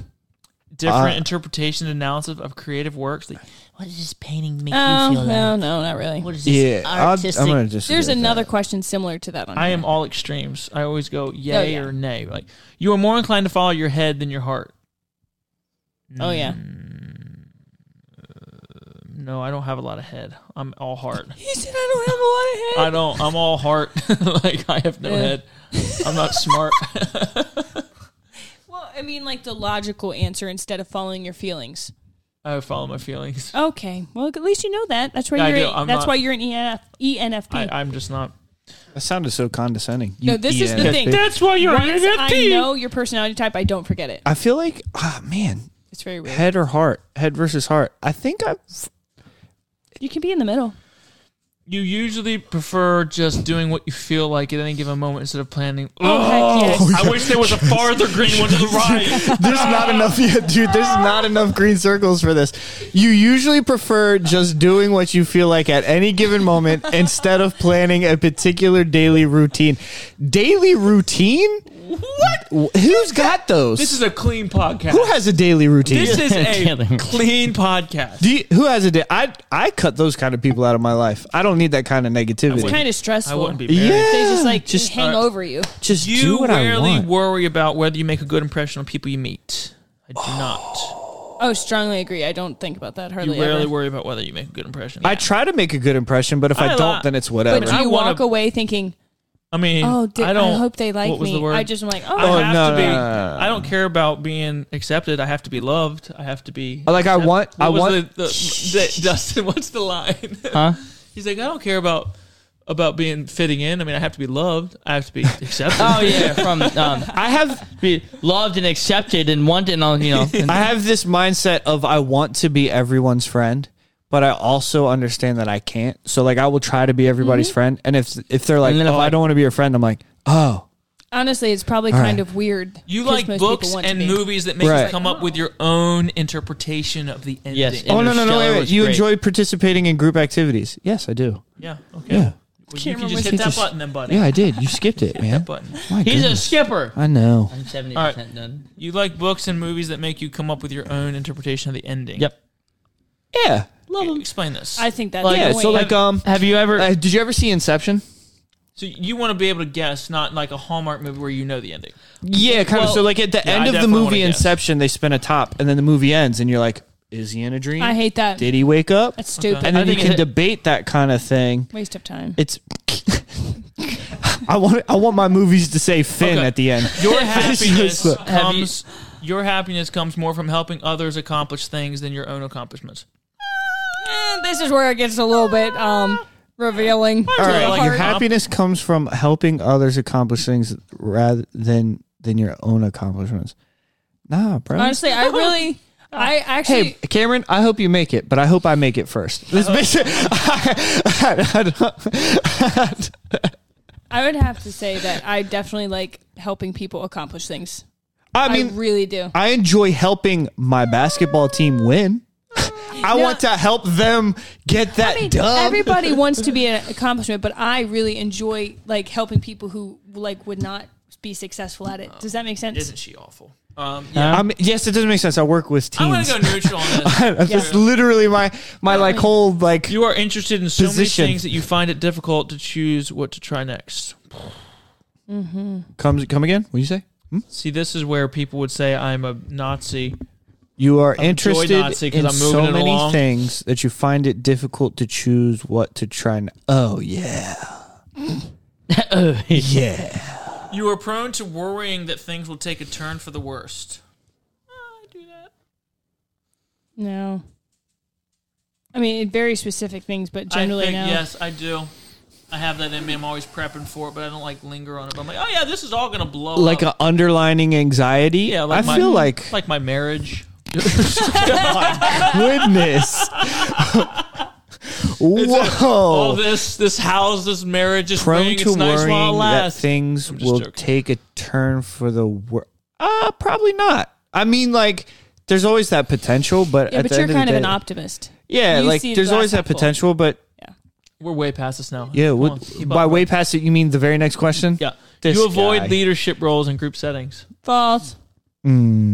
[SPEAKER 3] Different
[SPEAKER 2] Uh,
[SPEAKER 3] interpretations and analysis of creative works. Like, what does this painting make you
[SPEAKER 5] Oh
[SPEAKER 3] feel like?
[SPEAKER 5] no, no, not really.
[SPEAKER 3] What is this
[SPEAKER 2] yeah. I'll,
[SPEAKER 3] artistic?
[SPEAKER 2] I'm gonna just.
[SPEAKER 5] There's another question similar to that on.
[SPEAKER 3] I
[SPEAKER 5] here.
[SPEAKER 3] am all extremes. I always go yay
[SPEAKER 5] Oh, yeah.
[SPEAKER 3] or nay. Like, you are more inclined to follow your head than your heart.
[SPEAKER 5] Oh yeah,
[SPEAKER 3] Hmm. No, I don't have a lot of head. I'm all heart.
[SPEAKER 5] he said I don't have a lot
[SPEAKER 3] I
[SPEAKER 5] of head.
[SPEAKER 3] don't. I'm all heart. like, I have no
[SPEAKER 5] Yeah.
[SPEAKER 3] head. I'm not smart.
[SPEAKER 5] well, I mean, like the logical answer instead of following your feelings.
[SPEAKER 3] I follow my feelings.
[SPEAKER 5] Okay, well, at least you know that. That's why
[SPEAKER 3] Yeah, I
[SPEAKER 5] you're.
[SPEAKER 3] do. I'm
[SPEAKER 5] that's
[SPEAKER 3] not-
[SPEAKER 5] why you're an E ENF, ENFP.
[SPEAKER 3] I, I'm just not.
[SPEAKER 2] That sounded so condescending. E
[SPEAKER 5] No,
[SPEAKER 2] You
[SPEAKER 5] this is the thing.
[SPEAKER 2] ENFP.
[SPEAKER 5] That's
[SPEAKER 3] why Oh, you're E
[SPEAKER 5] Once I know your personality type, I don't forget it.
[SPEAKER 2] I feel like, ah, man,
[SPEAKER 5] It's very weird.
[SPEAKER 2] head or heart, head versus heart. I think I.
[SPEAKER 5] You can be in the middle.
[SPEAKER 3] You usually prefer just doing what you feel like at any given moment instead of planning.
[SPEAKER 5] Oh, heck yes.
[SPEAKER 3] I wish there was a farther green one to the right.
[SPEAKER 2] There's not enough, yeah, dude. There's not enough green circles for this. You usually prefer just doing what you feel like at any given moment instead of planning a particular daily routine. Daily routine? What? Who's got those?
[SPEAKER 3] This is a clean podcast.
[SPEAKER 2] who has a daily routine?
[SPEAKER 3] this is a
[SPEAKER 4] Kidding.
[SPEAKER 3] clean podcast.
[SPEAKER 2] Do you- who has a day? I I cut those kind of people out of my life. I don't need that kind of negativity.
[SPEAKER 5] It's kind of stressful.
[SPEAKER 3] I wouldn't be married.
[SPEAKER 2] yeah,
[SPEAKER 5] They just like
[SPEAKER 2] just
[SPEAKER 5] hang
[SPEAKER 3] uh,
[SPEAKER 5] over you.
[SPEAKER 2] just
[SPEAKER 3] You
[SPEAKER 2] do what I
[SPEAKER 3] rarely
[SPEAKER 2] want.
[SPEAKER 3] worry about whether you make a good impression on people you meet. I do not.
[SPEAKER 5] Oh, strongly agree. I don't think about that hardly
[SPEAKER 3] You rarely
[SPEAKER 5] ever.
[SPEAKER 3] worry about whether you make a good impression.
[SPEAKER 2] I try to make a good impression, but if I,
[SPEAKER 3] I li-
[SPEAKER 2] don't, then it's whatever.
[SPEAKER 5] But do
[SPEAKER 3] I
[SPEAKER 5] you
[SPEAKER 3] wanna-
[SPEAKER 5] walk away thinking,
[SPEAKER 3] I mean,
[SPEAKER 5] "Oh, di-
[SPEAKER 3] I
[SPEAKER 5] I,
[SPEAKER 3] don't.
[SPEAKER 5] hope they like
[SPEAKER 3] what was
[SPEAKER 5] me"?
[SPEAKER 3] the word?
[SPEAKER 5] I just am like,
[SPEAKER 3] I
[SPEAKER 5] "Oh,
[SPEAKER 2] Oh,
[SPEAKER 3] have
[SPEAKER 2] no,
[SPEAKER 3] to be.
[SPEAKER 2] no, no, no.
[SPEAKER 3] I don't care about being accepted. I have to be loved. I have to be.
[SPEAKER 2] Like, I
[SPEAKER 3] accept-
[SPEAKER 2] want-
[SPEAKER 3] What
[SPEAKER 2] I
[SPEAKER 3] was
[SPEAKER 2] want-
[SPEAKER 3] The, the, the- Dustin, what's the line?
[SPEAKER 4] Huh?
[SPEAKER 3] He's like, I don't care about about being fitting in. I mean, I have to be loved. I have to be accepted.
[SPEAKER 4] Oh yeah, from um,
[SPEAKER 2] I have
[SPEAKER 4] be loved and accepted and wanted and all you know. and-
[SPEAKER 2] I have this mindset of I want to be everyone's friend, but I also understand that I can't. So like I will try to be everybody's friend, Mm-hmm. and if if they're like,
[SPEAKER 4] And then if
[SPEAKER 2] "Oh, I,
[SPEAKER 4] I-
[SPEAKER 2] don't want to be your friend," I'm like, "Oh,
[SPEAKER 5] honestly, it's probably
[SPEAKER 2] All
[SPEAKER 5] kind
[SPEAKER 2] right.
[SPEAKER 5] of weird."
[SPEAKER 3] You
[SPEAKER 5] 'cause
[SPEAKER 3] like
[SPEAKER 5] most people
[SPEAKER 3] books
[SPEAKER 5] want to
[SPEAKER 3] and
[SPEAKER 5] be.
[SPEAKER 3] movies that make you
[SPEAKER 2] Right.
[SPEAKER 3] come up with your own interpretation of the ending.
[SPEAKER 4] Yes,
[SPEAKER 2] oh no no no!"
[SPEAKER 4] Interstellar
[SPEAKER 2] wait, wait.
[SPEAKER 4] was
[SPEAKER 2] You
[SPEAKER 4] great.
[SPEAKER 2] enjoy participating in group activities? Yes, I do.
[SPEAKER 3] Yeah. Okay.
[SPEAKER 2] Yeah,
[SPEAKER 3] Well, you can just
[SPEAKER 5] remember what
[SPEAKER 3] hit
[SPEAKER 2] he
[SPEAKER 3] that
[SPEAKER 2] just-
[SPEAKER 3] button then, buddy.
[SPEAKER 2] yeah, I did. You skipped it, man.
[SPEAKER 3] Button.
[SPEAKER 2] My
[SPEAKER 4] He's a
[SPEAKER 2] goodness.
[SPEAKER 4] skipper.
[SPEAKER 2] I know.
[SPEAKER 4] I'm seventy
[SPEAKER 3] Alright.
[SPEAKER 4] percent done.
[SPEAKER 3] You like books and movies that make you come up with your own interpretation of the ending.
[SPEAKER 4] Yep.
[SPEAKER 2] Yeah,
[SPEAKER 3] Love Explain this.
[SPEAKER 5] I think that's
[SPEAKER 2] yeah. So
[SPEAKER 5] annoying.
[SPEAKER 2] like, um,
[SPEAKER 4] Have you ever?
[SPEAKER 2] uh, did you ever see Inception?
[SPEAKER 3] so you want to be able to guess, not like a Hallmark movie where you know the ending.
[SPEAKER 2] Yeah, kind
[SPEAKER 3] Well,
[SPEAKER 2] of. So like at the
[SPEAKER 3] yeah, I
[SPEAKER 2] end of the
[SPEAKER 3] definitely
[SPEAKER 2] movie
[SPEAKER 3] wanna guess.
[SPEAKER 2] Inception, they spin a top, and then the movie ends, and you're like, "Is he in a dream?
[SPEAKER 5] I hate that.
[SPEAKER 2] Did he wake up?"
[SPEAKER 5] That's stupid.
[SPEAKER 2] and then
[SPEAKER 4] I
[SPEAKER 2] you
[SPEAKER 4] think
[SPEAKER 2] can
[SPEAKER 4] it-
[SPEAKER 2] debate that kind of thing.
[SPEAKER 5] Waste of time.
[SPEAKER 2] It's I want I want my movies to say Finn
[SPEAKER 3] Okay.
[SPEAKER 2] at the end.
[SPEAKER 3] Your happiness
[SPEAKER 2] look.
[SPEAKER 4] Have you-
[SPEAKER 3] comes. your happiness comes more from helping others accomplish things than your own accomplishments.
[SPEAKER 5] Eh, this is where it gets a little bit um revealing.
[SPEAKER 3] Yeah,
[SPEAKER 2] All right,
[SPEAKER 3] like
[SPEAKER 2] your
[SPEAKER 3] your comp-
[SPEAKER 2] happiness comes from helping others accomplish things rather than than your own accomplishments. Nah, bro.
[SPEAKER 5] Honestly, I really, I actually.
[SPEAKER 2] Hey, Cameron, I hope you make it, but I hope I make it first. This bitch-
[SPEAKER 5] I would have to say that I definitely like helping people accomplish things.
[SPEAKER 2] I
[SPEAKER 5] I,
[SPEAKER 2] mean,
[SPEAKER 5] really do.
[SPEAKER 2] I enjoy helping my basketball team win. I want to help them get that
[SPEAKER 5] I mean,
[SPEAKER 2] dub.
[SPEAKER 5] everybody wants to be an accomplishment, but I really enjoy like helping people who like would not be successful at it. Does that make sense?
[SPEAKER 3] Isn't she awful? Um, yeah.
[SPEAKER 2] I mean, yes, it doesn't make sense. I work with
[SPEAKER 3] I'm gonna
[SPEAKER 2] teams.
[SPEAKER 3] go neutral on this.
[SPEAKER 2] That's literally my my like whole like
[SPEAKER 3] You are interested in so
[SPEAKER 2] Position.
[SPEAKER 3] many things that you find it difficult to choose what to try next.
[SPEAKER 2] Come, come again? What you say?
[SPEAKER 3] See, this is where people would say I'm a Nazi.
[SPEAKER 2] You
[SPEAKER 3] I'm
[SPEAKER 2] are
[SPEAKER 3] a joy
[SPEAKER 2] interested
[SPEAKER 3] Nazi 'cause
[SPEAKER 2] in
[SPEAKER 3] I'm moving
[SPEAKER 2] so
[SPEAKER 3] it
[SPEAKER 2] many
[SPEAKER 3] along.
[SPEAKER 2] things that you find it difficult to choose what to try. And oh yeah,
[SPEAKER 3] Oh,
[SPEAKER 2] yeah.
[SPEAKER 3] You are prone to worrying that things will take a turn for the worst. I do that.
[SPEAKER 5] No. I mean, very specific things, but generally
[SPEAKER 3] I think,
[SPEAKER 5] no.
[SPEAKER 3] Yes, I do. I have that in me. I'm always prepping for it, but I don't like linger on it. But I'm like, oh yeah, this is all gonna blow.
[SPEAKER 2] Like
[SPEAKER 3] up.
[SPEAKER 2] a underlining anxiety.
[SPEAKER 3] yeah, like
[SPEAKER 2] I
[SPEAKER 3] my,
[SPEAKER 2] feel like
[SPEAKER 3] like my marriage.
[SPEAKER 2] goodness.
[SPEAKER 3] All
[SPEAKER 2] Whoa.
[SPEAKER 3] this, this house, this marriage is
[SPEAKER 2] Oh. Prone
[SPEAKER 3] thing.
[SPEAKER 2] to
[SPEAKER 3] It's nice while it
[SPEAKER 2] worrying that
[SPEAKER 3] lasts.
[SPEAKER 2] things
[SPEAKER 3] just
[SPEAKER 2] will
[SPEAKER 3] joking.
[SPEAKER 2] take a turn for the worse. Uh, probably not. I mean, like, there's always that potential, but
[SPEAKER 5] yeah,
[SPEAKER 2] at
[SPEAKER 5] but
[SPEAKER 2] the
[SPEAKER 5] you're
[SPEAKER 2] end of
[SPEAKER 5] kind
[SPEAKER 2] the
[SPEAKER 5] of
[SPEAKER 2] day,
[SPEAKER 5] an optimist.
[SPEAKER 2] yeah,
[SPEAKER 5] you
[SPEAKER 2] like
[SPEAKER 5] see
[SPEAKER 2] there's
[SPEAKER 5] glass
[SPEAKER 2] always that
[SPEAKER 5] half full.
[SPEAKER 2] potential, but
[SPEAKER 3] We're way past this now.
[SPEAKER 2] yeah,
[SPEAKER 3] Come
[SPEAKER 2] what,
[SPEAKER 3] on, keep up.
[SPEAKER 2] by way past it, you mean the very next question?
[SPEAKER 3] Yeah,
[SPEAKER 2] This
[SPEAKER 3] you avoid
[SPEAKER 2] guy.
[SPEAKER 3] leadership roles in group settings.
[SPEAKER 5] False.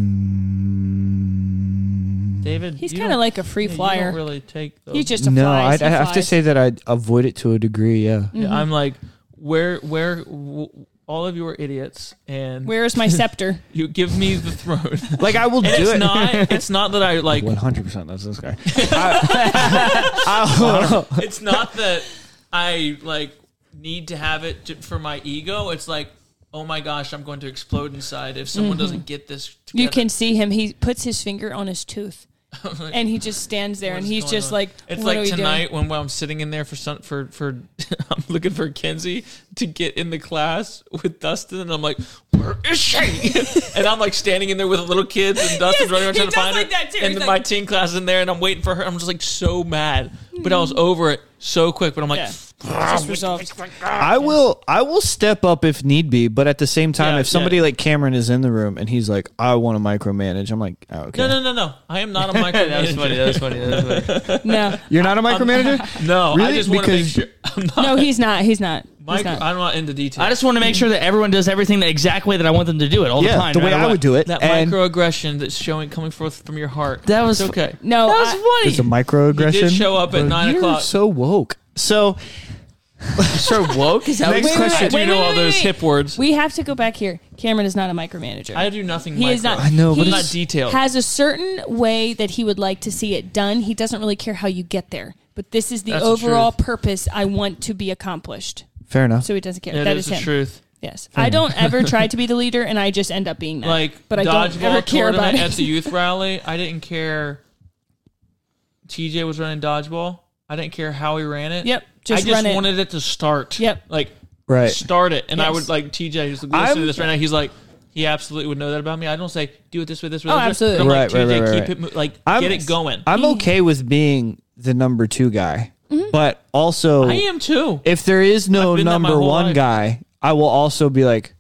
[SPEAKER 2] Mm.
[SPEAKER 3] David,
[SPEAKER 5] He's
[SPEAKER 3] you
[SPEAKER 5] kind of
[SPEAKER 3] don't-
[SPEAKER 5] like a free
[SPEAKER 3] yeah, you
[SPEAKER 5] flyer.
[SPEAKER 3] don't really take. Those.
[SPEAKER 5] He's just a
[SPEAKER 2] no,
[SPEAKER 5] fly.
[SPEAKER 2] I'd,
[SPEAKER 5] He
[SPEAKER 2] I have to
[SPEAKER 5] flies.
[SPEAKER 2] say that I'd avoid it to a degree. Yeah,
[SPEAKER 3] Yeah, I'm like, where, where, w- all of you are idiots, and
[SPEAKER 5] Where is my scepter?
[SPEAKER 3] you give me the throne.
[SPEAKER 2] like I will do
[SPEAKER 3] it's
[SPEAKER 2] it.
[SPEAKER 3] not. It's not that I like.
[SPEAKER 2] One hundred percent. That's this guy.
[SPEAKER 3] It's not that I like need to have it to, for my ego. It's like, oh my gosh, I'm going to explode inside if someone doesn't get this. Together.
[SPEAKER 5] You can see him. He puts his finger on his tooth, and he just stands there,
[SPEAKER 3] What
[SPEAKER 5] and
[SPEAKER 3] is
[SPEAKER 5] he's
[SPEAKER 3] going
[SPEAKER 5] just
[SPEAKER 3] on?
[SPEAKER 5] like,
[SPEAKER 3] it's
[SPEAKER 5] "What
[SPEAKER 3] like
[SPEAKER 5] are we
[SPEAKER 3] tonight when, when I'm sitting in there for some for for I'm looking for Kenzie to get in the class with Dustin, and I'm like, where is she? and I'm like standing in there with the little kids, and Dustin's
[SPEAKER 5] Yes,
[SPEAKER 3] running around
[SPEAKER 5] he
[SPEAKER 3] trying to find
[SPEAKER 5] does like
[SPEAKER 3] her,
[SPEAKER 5] that too.
[SPEAKER 3] and
[SPEAKER 5] He's
[SPEAKER 3] then
[SPEAKER 5] like-
[SPEAKER 3] my teen class in there, and I'm waiting for her. I'm just like so mad, but I was over it so quick. But I'm like,
[SPEAKER 5] Mm. Yeah. doing?" Just resolved.
[SPEAKER 2] I will I will step up if need be, but at the same time,
[SPEAKER 3] Yeah,
[SPEAKER 2] if somebody
[SPEAKER 3] yeah.
[SPEAKER 2] like Cameron is in the room and he's like, I want to micromanage, I'm like, oh, okay.
[SPEAKER 3] no, no, no, no, I am not a
[SPEAKER 4] That was funny.
[SPEAKER 3] micromanager.
[SPEAKER 4] That was funny. That was funny.
[SPEAKER 5] No,
[SPEAKER 2] You're not a micromanager?
[SPEAKER 3] no, I
[SPEAKER 2] Really?
[SPEAKER 3] just want to make
[SPEAKER 2] Because-
[SPEAKER 3] sure I'm not.
[SPEAKER 5] no, he's not. He's not. He's
[SPEAKER 3] Micro,
[SPEAKER 5] not.
[SPEAKER 3] I'm not into detail.
[SPEAKER 4] I just want to make sure that everyone does everything the exact way that I want them to do it all
[SPEAKER 2] yeah,
[SPEAKER 4] the time.
[SPEAKER 2] the
[SPEAKER 4] no
[SPEAKER 2] way
[SPEAKER 4] matter
[SPEAKER 2] I
[SPEAKER 4] what.
[SPEAKER 2] would do it.
[SPEAKER 3] that
[SPEAKER 2] and
[SPEAKER 3] microaggression that's showing coming forth from your heart.
[SPEAKER 4] That was
[SPEAKER 3] It's okay.
[SPEAKER 5] no,
[SPEAKER 4] That was
[SPEAKER 5] I-
[SPEAKER 4] funny.
[SPEAKER 2] it's a microaggression.
[SPEAKER 3] You did show up at
[SPEAKER 2] Bro,
[SPEAKER 3] nine
[SPEAKER 2] you're
[SPEAKER 3] o'clock.
[SPEAKER 2] so woke. So
[SPEAKER 4] Sir woke? Is that
[SPEAKER 2] Next
[SPEAKER 4] what you-
[SPEAKER 2] question.
[SPEAKER 5] wait,
[SPEAKER 3] you know
[SPEAKER 5] wait,
[SPEAKER 3] all
[SPEAKER 5] wait,
[SPEAKER 3] those
[SPEAKER 5] wait.
[SPEAKER 3] hip words.
[SPEAKER 5] we have to go back here. Cameron is not a micromanager.
[SPEAKER 3] I do nothing.
[SPEAKER 5] he is
[SPEAKER 3] micro.
[SPEAKER 5] not.
[SPEAKER 2] I know, but
[SPEAKER 5] he
[SPEAKER 2] it's- Not
[SPEAKER 3] detailed.
[SPEAKER 5] Has a certain way that he would like to see it done. He doesn't really care how you get there, but this is the
[SPEAKER 3] That's the
[SPEAKER 5] overall
[SPEAKER 3] truth.
[SPEAKER 5] purpose I want to be accomplished.
[SPEAKER 2] fair enough.
[SPEAKER 5] So he doesn't care.
[SPEAKER 3] That
[SPEAKER 5] that
[SPEAKER 3] is
[SPEAKER 5] is,
[SPEAKER 3] the
[SPEAKER 5] him.
[SPEAKER 3] truth.
[SPEAKER 5] Yes, I don't ever try to be the leader, and I just end up being that.
[SPEAKER 3] Like
[SPEAKER 5] but I don't
[SPEAKER 3] dodgeball
[SPEAKER 5] ever care
[SPEAKER 3] tournament
[SPEAKER 5] about it.
[SPEAKER 3] at the youth rally. I didn't care. TJ was running dodgeball. I didn't care how he ran it.
[SPEAKER 5] Yep, just
[SPEAKER 3] I just
[SPEAKER 5] run it.
[SPEAKER 3] wanted it to start.
[SPEAKER 5] Yep.
[SPEAKER 3] Like
[SPEAKER 2] Right.
[SPEAKER 3] start it, and I
[SPEAKER 5] Yes.
[SPEAKER 3] would like TJ who's listening
[SPEAKER 2] I'm-
[SPEAKER 3] to this right now. He's like. He absolutely would know that about me. I don't say do it this way, this way.
[SPEAKER 5] Oh,
[SPEAKER 3] this way."
[SPEAKER 5] absolutely.
[SPEAKER 3] But I'm like,
[SPEAKER 2] Right, right,
[SPEAKER 3] "TJ,
[SPEAKER 2] right,
[SPEAKER 3] keep
[SPEAKER 2] right,
[SPEAKER 3] it mo- like
[SPEAKER 2] I'm-
[SPEAKER 3] get it going.
[SPEAKER 2] I'm
[SPEAKER 5] Mm-hmm.
[SPEAKER 2] okay with being the number two guy, but also,
[SPEAKER 3] I am too.
[SPEAKER 2] if there is no
[SPEAKER 3] I've been that my
[SPEAKER 2] number
[SPEAKER 3] whole
[SPEAKER 2] one
[SPEAKER 3] life.
[SPEAKER 2] guy, I will also be like,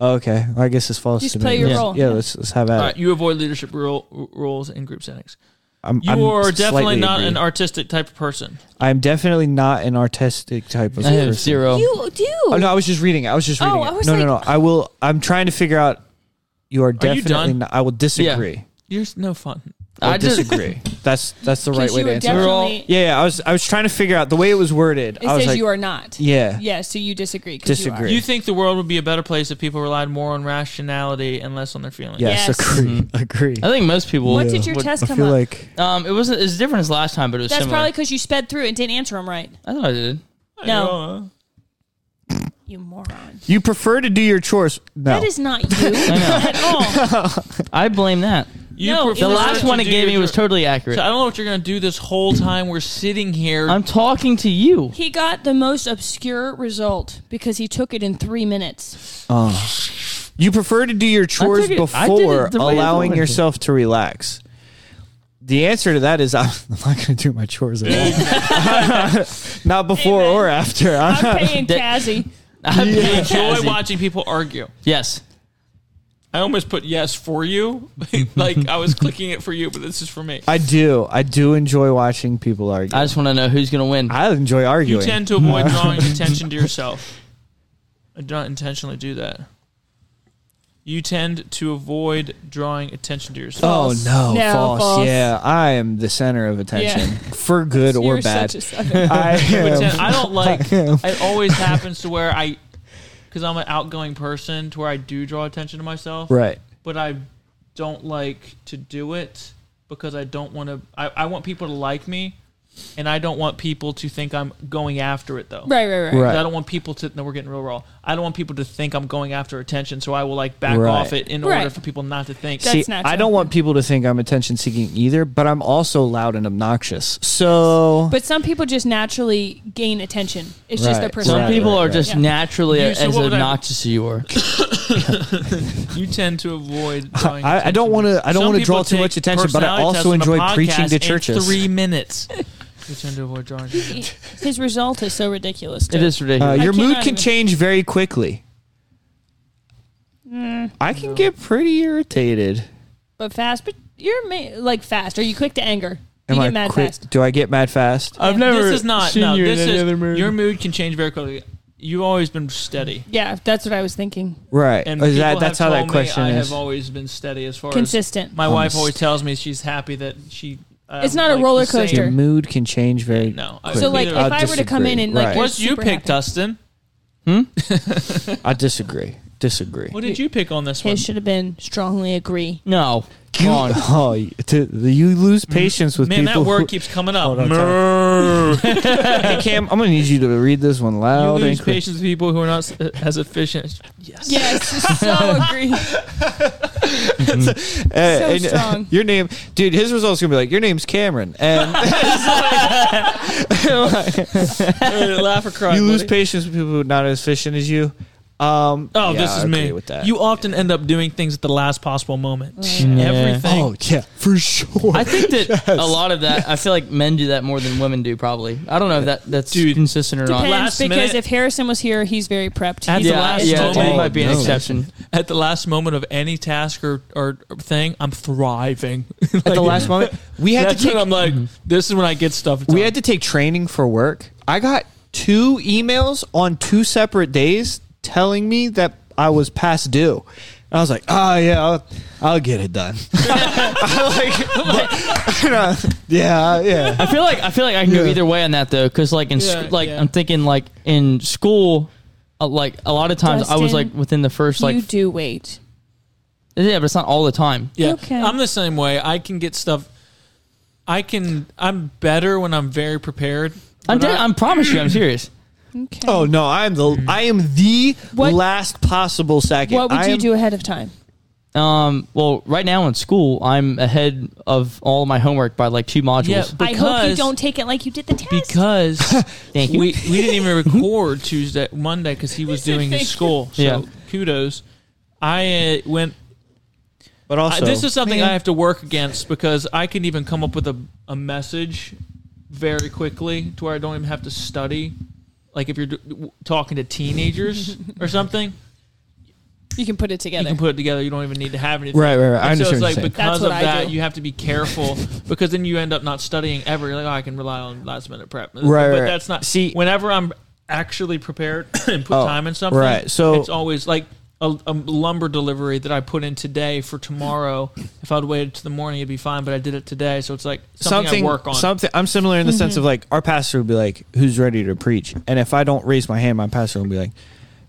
[SPEAKER 2] okay, I guess this falls
[SPEAKER 5] Mm-hmm. Just
[SPEAKER 2] to
[SPEAKER 5] play
[SPEAKER 2] me.
[SPEAKER 5] your
[SPEAKER 2] Let's-
[SPEAKER 5] role.
[SPEAKER 2] Yeah, let's, let's have at
[SPEAKER 3] All
[SPEAKER 2] it.
[SPEAKER 3] right, you avoid leadership role, roles in group settings.
[SPEAKER 2] I'm,
[SPEAKER 3] You
[SPEAKER 2] I'm
[SPEAKER 3] are definitely
[SPEAKER 2] slightly
[SPEAKER 3] not
[SPEAKER 2] agree.
[SPEAKER 3] an artistic type of person.
[SPEAKER 2] I'm definitely not an artistic type of
[SPEAKER 4] I have
[SPEAKER 2] person.
[SPEAKER 4] zero.
[SPEAKER 5] you do.
[SPEAKER 2] Oh, no, I was just reading. it. I was just
[SPEAKER 5] Oh,
[SPEAKER 2] reading. it.
[SPEAKER 5] I was
[SPEAKER 2] no, no, no.
[SPEAKER 5] like-
[SPEAKER 2] I will. I'm trying to figure out. You are
[SPEAKER 3] Are you
[SPEAKER 2] definitely.
[SPEAKER 3] done?
[SPEAKER 2] not, I will disagree.
[SPEAKER 3] You're s- no fun.
[SPEAKER 2] I
[SPEAKER 4] I just-
[SPEAKER 2] disagree. that's that's the right way
[SPEAKER 5] you
[SPEAKER 2] to
[SPEAKER 5] were
[SPEAKER 2] answer.
[SPEAKER 5] definitely.
[SPEAKER 4] all-
[SPEAKER 5] it
[SPEAKER 2] yeah, yeah, I was I was trying to figure out the way it was worded. I was
[SPEAKER 5] says
[SPEAKER 2] like,
[SPEAKER 5] you are not.
[SPEAKER 2] yeah,
[SPEAKER 5] Yeah, so you disagree. 'cause You
[SPEAKER 2] disagree.
[SPEAKER 3] You think the world would be a better place if people relied more on rationality and less on their feelings?
[SPEAKER 2] yes,
[SPEAKER 5] Yes.
[SPEAKER 2] agree, agree.
[SPEAKER 4] I think most people.
[SPEAKER 5] are. What did your test
[SPEAKER 2] I
[SPEAKER 5] come
[SPEAKER 2] feel
[SPEAKER 5] up?
[SPEAKER 2] like
[SPEAKER 4] Um, it wasn't as different as last time, but it was
[SPEAKER 5] That's
[SPEAKER 4] similar.
[SPEAKER 5] probably because you sped through it and didn't answer them right.
[SPEAKER 4] I thought I did.
[SPEAKER 5] No, you moron.
[SPEAKER 2] you prefer to do your chores. No,
[SPEAKER 5] That is not you at all.
[SPEAKER 4] I blame that.
[SPEAKER 3] You
[SPEAKER 5] No,
[SPEAKER 3] prefer
[SPEAKER 5] it
[SPEAKER 4] The
[SPEAKER 5] was
[SPEAKER 4] last
[SPEAKER 3] to
[SPEAKER 4] one it
[SPEAKER 3] do
[SPEAKER 4] gave me
[SPEAKER 3] your-
[SPEAKER 4] was totally accurate.
[SPEAKER 3] So uh, I don't know what you're going to do this whole time we're sitting here.
[SPEAKER 4] I'm talking to you.
[SPEAKER 5] He got the most obscure result because he took it in three minutes.
[SPEAKER 2] You prefer to do your chores
[SPEAKER 4] took it- I did it
[SPEAKER 2] before
[SPEAKER 4] the way I wanted
[SPEAKER 2] allowing
[SPEAKER 4] to.
[SPEAKER 2] yourself to relax. The answer to that is I'm I'm not going to do my chores at all. not before
[SPEAKER 5] Amen.
[SPEAKER 2] or after. I'm
[SPEAKER 5] I'm
[SPEAKER 2] not-
[SPEAKER 5] paying Cassie.
[SPEAKER 4] I blame
[SPEAKER 3] enjoy
[SPEAKER 4] Cassie.
[SPEAKER 3] watching people argue.
[SPEAKER 4] Yes.
[SPEAKER 3] I almost put yes for you. like I was clicking it for you, but this is for me.
[SPEAKER 2] I do. I do enjoy watching people argue.
[SPEAKER 4] I
[SPEAKER 2] I,
[SPEAKER 4] just want to know who's going to win.
[SPEAKER 2] enjoy
[SPEAKER 3] You
[SPEAKER 2] arguing.
[SPEAKER 3] tend to avoid drawing attention to yourself. I do not intentionally do that. You tend to avoid drawing attention to yourself.
[SPEAKER 2] oh
[SPEAKER 5] False.
[SPEAKER 2] no,
[SPEAKER 5] No,
[SPEAKER 2] false.
[SPEAKER 5] false.
[SPEAKER 2] Yeah, I am the center of attention for good or
[SPEAKER 5] You're
[SPEAKER 2] bad.
[SPEAKER 5] such a sucker.
[SPEAKER 2] I am.
[SPEAKER 3] pretend- I don't like. it always happens to where I, because I'm an outgoing person, to where I do draw attention to myself.
[SPEAKER 2] right.
[SPEAKER 3] But I don't like to do it because I don't want to. I, I want people to like me, and I don't want people to think I'm going after it though.
[SPEAKER 5] Right, right, right.
[SPEAKER 2] Right.
[SPEAKER 3] I don't want people to. No, we're getting real raw. I don't want people to think I'm going after attention, so I will like back
[SPEAKER 2] Right.
[SPEAKER 3] off it in order
[SPEAKER 5] Right.
[SPEAKER 3] for people not to think.
[SPEAKER 5] That's
[SPEAKER 2] See,
[SPEAKER 5] natural.
[SPEAKER 2] I don't want people to think I'm attention seeking either, but I'm also loud and obnoxious. So
[SPEAKER 5] But some people just naturally gain attention. It's just
[SPEAKER 2] Right.
[SPEAKER 5] their
[SPEAKER 2] Some
[SPEAKER 4] Some
[SPEAKER 2] Right,
[SPEAKER 5] personality.
[SPEAKER 4] people
[SPEAKER 2] right,
[SPEAKER 4] are
[SPEAKER 2] right.
[SPEAKER 4] just
[SPEAKER 5] Yeah.
[SPEAKER 4] naturally
[SPEAKER 3] You- so
[SPEAKER 4] as
[SPEAKER 3] what would I-
[SPEAKER 4] obnoxious as you are.
[SPEAKER 3] you tend to avoid. Drawing
[SPEAKER 2] I, I don't want to. I don't
[SPEAKER 3] Some
[SPEAKER 2] want to
[SPEAKER 3] people
[SPEAKER 2] draw too
[SPEAKER 3] take
[SPEAKER 2] much attention, but I
[SPEAKER 3] personality tests
[SPEAKER 2] also
[SPEAKER 3] on a
[SPEAKER 2] enjoy
[SPEAKER 3] podcast
[SPEAKER 2] preaching to
[SPEAKER 3] in
[SPEAKER 2] churches.
[SPEAKER 3] Three minutes. you tend to avoid drawing. attention.
[SPEAKER 5] His result is so ridiculous. Too.
[SPEAKER 4] It is
[SPEAKER 2] Uh,
[SPEAKER 4] ridiculous.
[SPEAKER 2] your mood
[SPEAKER 5] cannot
[SPEAKER 2] can
[SPEAKER 5] even-
[SPEAKER 2] change very quickly.
[SPEAKER 3] Mm.
[SPEAKER 2] I can get pretty irritated.
[SPEAKER 5] but fast. But you're ma- like fast. Are you quick to anger?
[SPEAKER 2] Am
[SPEAKER 5] you
[SPEAKER 2] I
[SPEAKER 5] get mad
[SPEAKER 2] quick?
[SPEAKER 5] fast.
[SPEAKER 2] Do I get mad fast?
[SPEAKER 4] I've never
[SPEAKER 3] This is not.
[SPEAKER 4] seen
[SPEAKER 3] No,
[SPEAKER 4] you in
[SPEAKER 3] this
[SPEAKER 4] any
[SPEAKER 3] is
[SPEAKER 4] other mood.
[SPEAKER 3] your mood can change very quickly. You've always been steady.
[SPEAKER 5] Yeah, that's what I was thinking.
[SPEAKER 2] right.
[SPEAKER 3] And
[SPEAKER 2] Oh, Is
[SPEAKER 3] people
[SPEAKER 2] that, that's
[SPEAKER 3] have
[SPEAKER 2] how
[SPEAKER 3] told
[SPEAKER 2] that question
[SPEAKER 3] me I
[SPEAKER 2] is.
[SPEAKER 3] have always been steady as far
[SPEAKER 5] Consistent.
[SPEAKER 3] as my wife always
[SPEAKER 2] st-
[SPEAKER 3] tells me she's happy that she. uh,
[SPEAKER 5] It's not a
[SPEAKER 3] like
[SPEAKER 5] roller
[SPEAKER 3] the same-
[SPEAKER 5] coaster.
[SPEAKER 2] Your mood can change very.
[SPEAKER 3] No, I-
[SPEAKER 2] quickly.
[SPEAKER 5] So like, if
[SPEAKER 3] I'll
[SPEAKER 5] I were to come in
[SPEAKER 2] disagree.
[SPEAKER 5] and like,
[SPEAKER 2] Right.
[SPEAKER 5] you're
[SPEAKER 3] What you
[SPEAKER 5] super
[SPEAKER 3] pick, Dustin?
[SPEAKER 5] happy.
[SPEAKER 2] I disagree. Disagree.
[SPEAKER 3] What did you pick on this one?
[SPEAKER 5] His should have been strongly agree.
[SPEAKER 4] no. Come
[SPEAKER 2] You,
[SPEAKER 4] on.
[SPEAKER 2] oh, you- to, the, you lose patience with
[SPEAKER 3] Mm. Man,
[SPEAKER 2] people.
[SPEAKER 3] that word
[SPEAKER 2] who,
[SPEAKER 3] keeps coming up.
[SPEAKER 2] Hold on, hey Cam, I'm gonna need you to read this one
[SPEAKER 3] You
[SPEAKER 2] loud
[SPEAKER 3] lose
[SPEAKER 2] and quick.
[SPEAKER 3] patience with people who are not s- as efficient.
[SPEAKER 5] Yes, so agree.
[SPEAKER 2] Uh,
[SPEAKER 5] so
[SPEAKER 2] and, uh,
[SPEAKER 5] strong.
[SPEAKER 2] Your name, dude. His results gonna be like your name's Cameron, and
[SPEAKER 3] Laugh or cry.
[SPEAKER 2] you lose
[SPEAKER 3] buddy.
[SPEAKER 2] patience with people who are not as efficient as you. Um,
[SPEAKER 3] Oh,
[SPEAKER 2] yeah,
[SPEAKER 3] this is
[SPEAKER 2] I agree
[SPEAKER 3] me.
[SPEAKER 2] With that.
[SPEAKER 3] You often end up doing things at the last possible moment. Everything.
[SPEAKER 2] Oh yeah, for sure.
[SPEAKER 4] I think that a lot of that, I feel like men do that more than women do, probably. I don't know if that, that's
[SPEAKER 3] Dude.
[SPEAKER 4] consistent or not.
[SPEAKER 5] Depends
[SPEAKER 3] Last
[SPEAKER 5] because
[SPEAKER 3] minute.
[SPEAKER 5] if Harrison was here, he's very prepped.
[SPEAKER 3] At
[SPEAKER 5] He's
[SPEAKER 3] the
[SPEAKER 5] a
[SPEAKER 3] last
[SPEAKER 5] lion.
[SPEAKER 4] yeah,
[SPEAKER 3] moment.
[SPEAKER 4] that might be an
[SPEAKER 2] Oh, no.
[SPEAKER 4] exception.
[SPEAKER 3] At the last moment of any task or, or thing, I'm thriving.
[SPEAKER 4] At the last moment,
[SPEAKER 2] we had to
[SPEAKER 3] That's
[SPEAKER 2] take
[SPEAKER 3] when I'm like, this is when I get stuff.
[SPEAKER 2] Mm-hmm. we had to take training for work. I got two emails on two separate days telling me that I was past due. And I was like, oh, yeah, I'll, I'll get it done. I like, but- yeah, yeah.
[SPEAKER 4] I feel like I feel like I can go
[SPEAKER 2] Yeah.
[SPEAKER 4] either way on that though, because like in sc-
[SPEAKER 3] Yeah,
[SPEAKER 4] like
[SPEAKER 3] yeah.
[SPEAKER 4] I'm thinking like in school, uh, like a lot of times I was
[SPEAKER 5] Dustin,
[SPEAKER 4] like within the first like
[SPEAKER 5] you
[SPEAKER 4] f-
[SPEAKER 5] do wait.
[SPEAKER 4] yeah, but it's not all the time.
[SPEAKER 3] Yeah,
[SPEAKER 5] Okay.
[SPEAKER 3] I'm the same way. I can get stuff. I can. I'm better when I'm very prepared.
[SPEAKER 4] I'm
[SPEAKER 3] When
[SPEAKER 4] dead,
[SPEAKER 3] I-
[SPEAKER 4] I'm promise you, I'm serious.
[SPEAKER 5] Okay.
[SPEAKER 2] Oh, no, I'm the, I am the
[SPEAKER 5] What-
[SPEAKER 2] last possible second.
[SPEAKER 5] what would
[SPEAKER 2] I
[SPEAKER 5] you
[SPEAKER 2] am-
[SPEAKER 5] do ahead of time?
[SPEAKER 4] Um, well, right now in school, I'm ahead of all my homework by like two modules.
[SPEAKER 3] Yeah, but-
[SPEAKER 5] I hope you
[SPEAKER 3] Because-
[SPEAKER 5] don't take it like you did the test.
[SPEAKER 3] because
[SPEAKER 4] Thank
[SPEAKER 3] we
[SPEAKER 4] you.
[SPEAKER 3] we didn't even
[SPEAKER 2] Mm-hmm.
[SPEAKER 3] record Tuesday Monday because he was doing his school. So
[SPEAKER 4] Yeah.
[SPEAKER 3] kudos. I uh, went.
[SPEAKER 2] But also,
[SPEAKER 3] I, this is something
[SPEAKER 2] man,
[SPEAKER 3] I have to work against because I can even come up with a a message very quickly to where I don't even have to study. Like if you're d- w- talking to teenagers or something,
[SPEAKER 5] you can put it together.
[SPEAKER 3] you can put it together. You don't even need to have anything.
[SPEAKER 2] Right, right, right. I
[SPEAKER 3] And so
[SPEAKER 2] understand
[SPEAKER 3] it's
[SPEAKER 2] what
[SPEAKER 3] like
[SPEAKER 2] you're saying.
[SPEAKER 5] That's
[SPEAKER 3] because of
[SPEAKER 5] what I
[SPEAKER 3] that,
[SPEAKER 5] do.
[SPEAKER 3] you have to be careful because then you end up not studying ever. You're like, oh, I can rely on last minute prep. Right,
[SPEAKER 2] Right,
[SPEAKER 3] but
[SPEAKER 2] right.
[SPEAKER 3] that's not.
[SPEAKER 2] See-
[SPEAKER 3] whenever I'm actually prepared and put
[SPEAKER 2] Oh,
[SPEAKER 3] time in something,
[SPEAKER 2] right. So-
[SPEAKER 3] it's always like. A, a lumber delivery that I put in today for tomorrow. If I'd waited to the morning, it'd be fine. But I did it today, so it's like something,
[SPEAKER 2] something
[SPEAKER 3] I work on.
[SPEAKER 2] Something I'm similar in the sense
[SPEAKER 5] Mm-hmm.
[SPEAKER 2] of like our pastor would be like, "Who's ready to preach?" And if I don't raise my hand, my pastor will be like,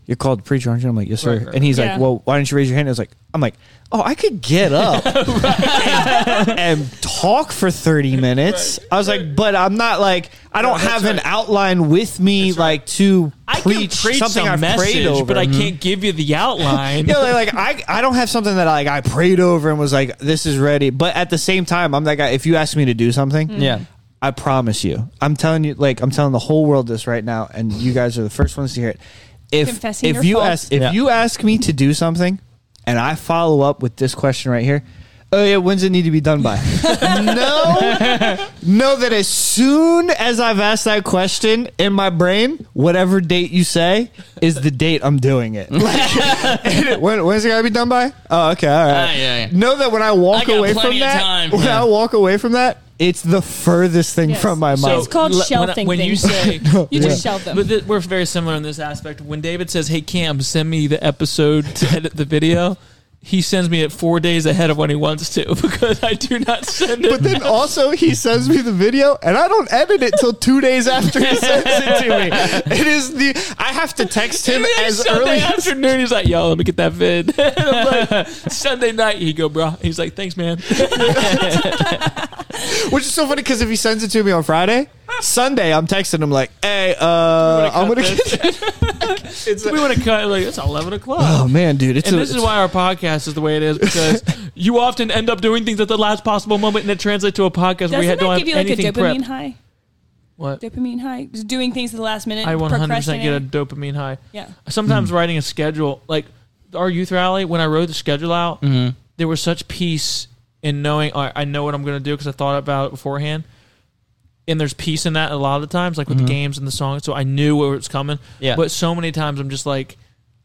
[SPEAKER 2] "You're called to preach, aren't you?" I'm like, "Yes, sir."
[SPEAKER 3] Right, right,
[SPEAKER 2] and he's
[SPEAKER 5] right.
[SPEAKER 2] like,
[SPEAKER 5] Yeah.
[SPEAKER 2] "Well, why didn't you raise your hand?" I was like, "I'm like, oh, I could get up and, and talk for 30 minutes." I was like, "But I'm not like I don't have an outline with me like to
[SPEAKER 3] I can
[SPEAKER 2] preach,
[SPEAKER 3] preach
[SPEAKER 2] something
[SPEAKER 3] a
[SPEAKER 2] I've prayed
[SPEAKER 3] message,
[SPEAKER 2] over."
[SPEAKER 3] but I can't give you the outline.
[SPEAKER 2] Yeah, like, like I, I don't have something that like I prayed over and was like, this is ready. But at the same time, I'm that guy. If you ask me to do something,
[SPEAKER 4] Yeah.
[SPEAKER 2] I promise you. I'm telling you, like I'm telling the whole world this right now, and you guys are the first ones to hear it. If
[SPEAKER 5] Confessing
[SPEAKER 2] if
[SPEAKER 5] your
[SPEAKER 2] you
[SPEAKER 5] faults.
[SPEAKER 2] ask if
[SPEAKER 4] Yeah.
[SPEAKER 2] you ask me to do something, and I follow up with this question right here. Oh yeah, when's it need to be done by? no, know that as soon as I've asked that question in my brain, whatever date you say is the date I'm doing it. Like, when, when's it gotta be done by? Oh, okay, all right.
[SPEAKER 4] Ah, yeah, yeah.
[SPEAKER 2] Know that when I
[SPEAKER 4] I
[SPEAKER 2] walk
[SPEAKER 4] got
[SPEAKER 2] away
[SPEAKER 4] plenty
[SPEAKER 2] from
[SPEAKER 4] of
[SPEAKER 2] that,
[SPEAKER 4] time.
[SPEAKER 2] when
[SPEAKER 4] Yeah.
[SPEAKER 2] I walk away from that, it's the furthest thing
[SPEAKER 5] Yes.
[SPEAKER 2] from my
[SPEAKER 5] So-
[SPEAKER 2] mind.
[SPEAKER 5] It's called
[SPEAKER 3] when I-
[SPEAKER 5] shelving
[SPEAKER 3] When you say
[SPEAKER 5] things. You just shelve them.
[SPEAKER 3] But th- we're very similar in this aspect. When David says, "Hey Cam, send me the episode to edit the video," he sends me it four days ahead of when he wants to because I do not send it.
[SPEAKER 2] But then also he sends me the video, and I don't edit it till two days after he sends it to me. It is the I have to text him
[SPEAKER 3] Even that
[SPEAKER 2] as
[SPEAKER 3] Sunday
[SPEAKER 2] early as
[SPEAKER 3] afternoon, he's like, "Yo, let me get that vid." I'm like, Sunday night, he go, "Bro," he's like, "Thanks, man."
[SPEAKER 2] Which is so funny because if he sends it to me on Friday, Sunday I'm texting him like, "Hey, uh, I'm gonna." Get it's
[SPEAKER 3] we
[SPEAKER 2] a,
[SPEAKER 3] want to cut like it's eleven o'clock.
[SPEAKER 2] oh man, dude, it's
[SPEAKER 3] and
[SPEAKER 2] a,
[SPEAKER 3] this is why our podcast is the way it is because you often end up doing things at the last possible moment, and it translates to a podcast where
[SPEAKER 5] Doesn't
[SPEAKER 3] you
[SPEAKER 5] that
[SPEAKER 3] don't have
[SPEAKER 5] give you like a
[SPEAKER 3] anything
[SPEAKER 5] dopamine
[SPEAKER 3] prepped.
[SPEAKER 5] high?
[SPEAKER 3] What?
[SPEAKER 5] Dopamine high? Just doing things at the last minute.
[SPEAKER 3] I 100% get a
[SPEAKER 5] procrastinating.
[SPEAKER 3] dopamine high.
[SPEAKER 5] Yeah.
[SPEAKER 3] Sometimes
[SPEAKER 2] Hmm.
[SPEAKER 3] writing a schedule, like our youth rally, when I wrote the schedule out,
[SPEAKER 2] Mm-hmm.
[SPEAKER 3] there was such peace in knowing all right, I know what I'm going to do because I thought about it beforehand. And there's peace in that a lot of the times, like with
[SPEAKER 2] Mm-hmm.
[SPEAKER 3] the games and the songs. So I knew where it's coming.
[SPEAKER 10] Yeah.
[SPEAKER 3] But so many times I'm just like,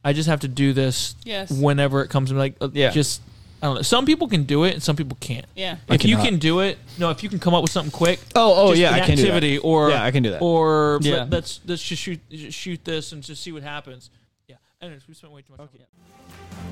[SPEAKER 3] I just have to do this
[SPEAKER 5] Yes.
[SPEAKER 3] whenever it comes. Like, uh,
[SPEAKER 10] Yeah.
[SPEAKER 3] just, I don't know. Some people can do it and some people can't.
[SPEAKER 5] Yeah.
[SPEAKER 3] If you
[SPEAKER 2] cannot.
[SPEAKER 3] can do it, no, if you can come up with something quick,
[SPEAKER 2] oh oh
[SPEAKER 3] just
[SPEAKER 2] yeah, I
[SPEAKER 3] an
[SPEAKER 2] can do that.
[SPEAKER 3] activity or
[SPEAKER 2] Yeah, I can do that.
[SPEAKER 3] Or
[SPEAKER 10] Yeah.
[SPEAKER 3] let- let's let's just shoot just shoot this and just see what happens. Yeah. Anyways, we spent way too much. time.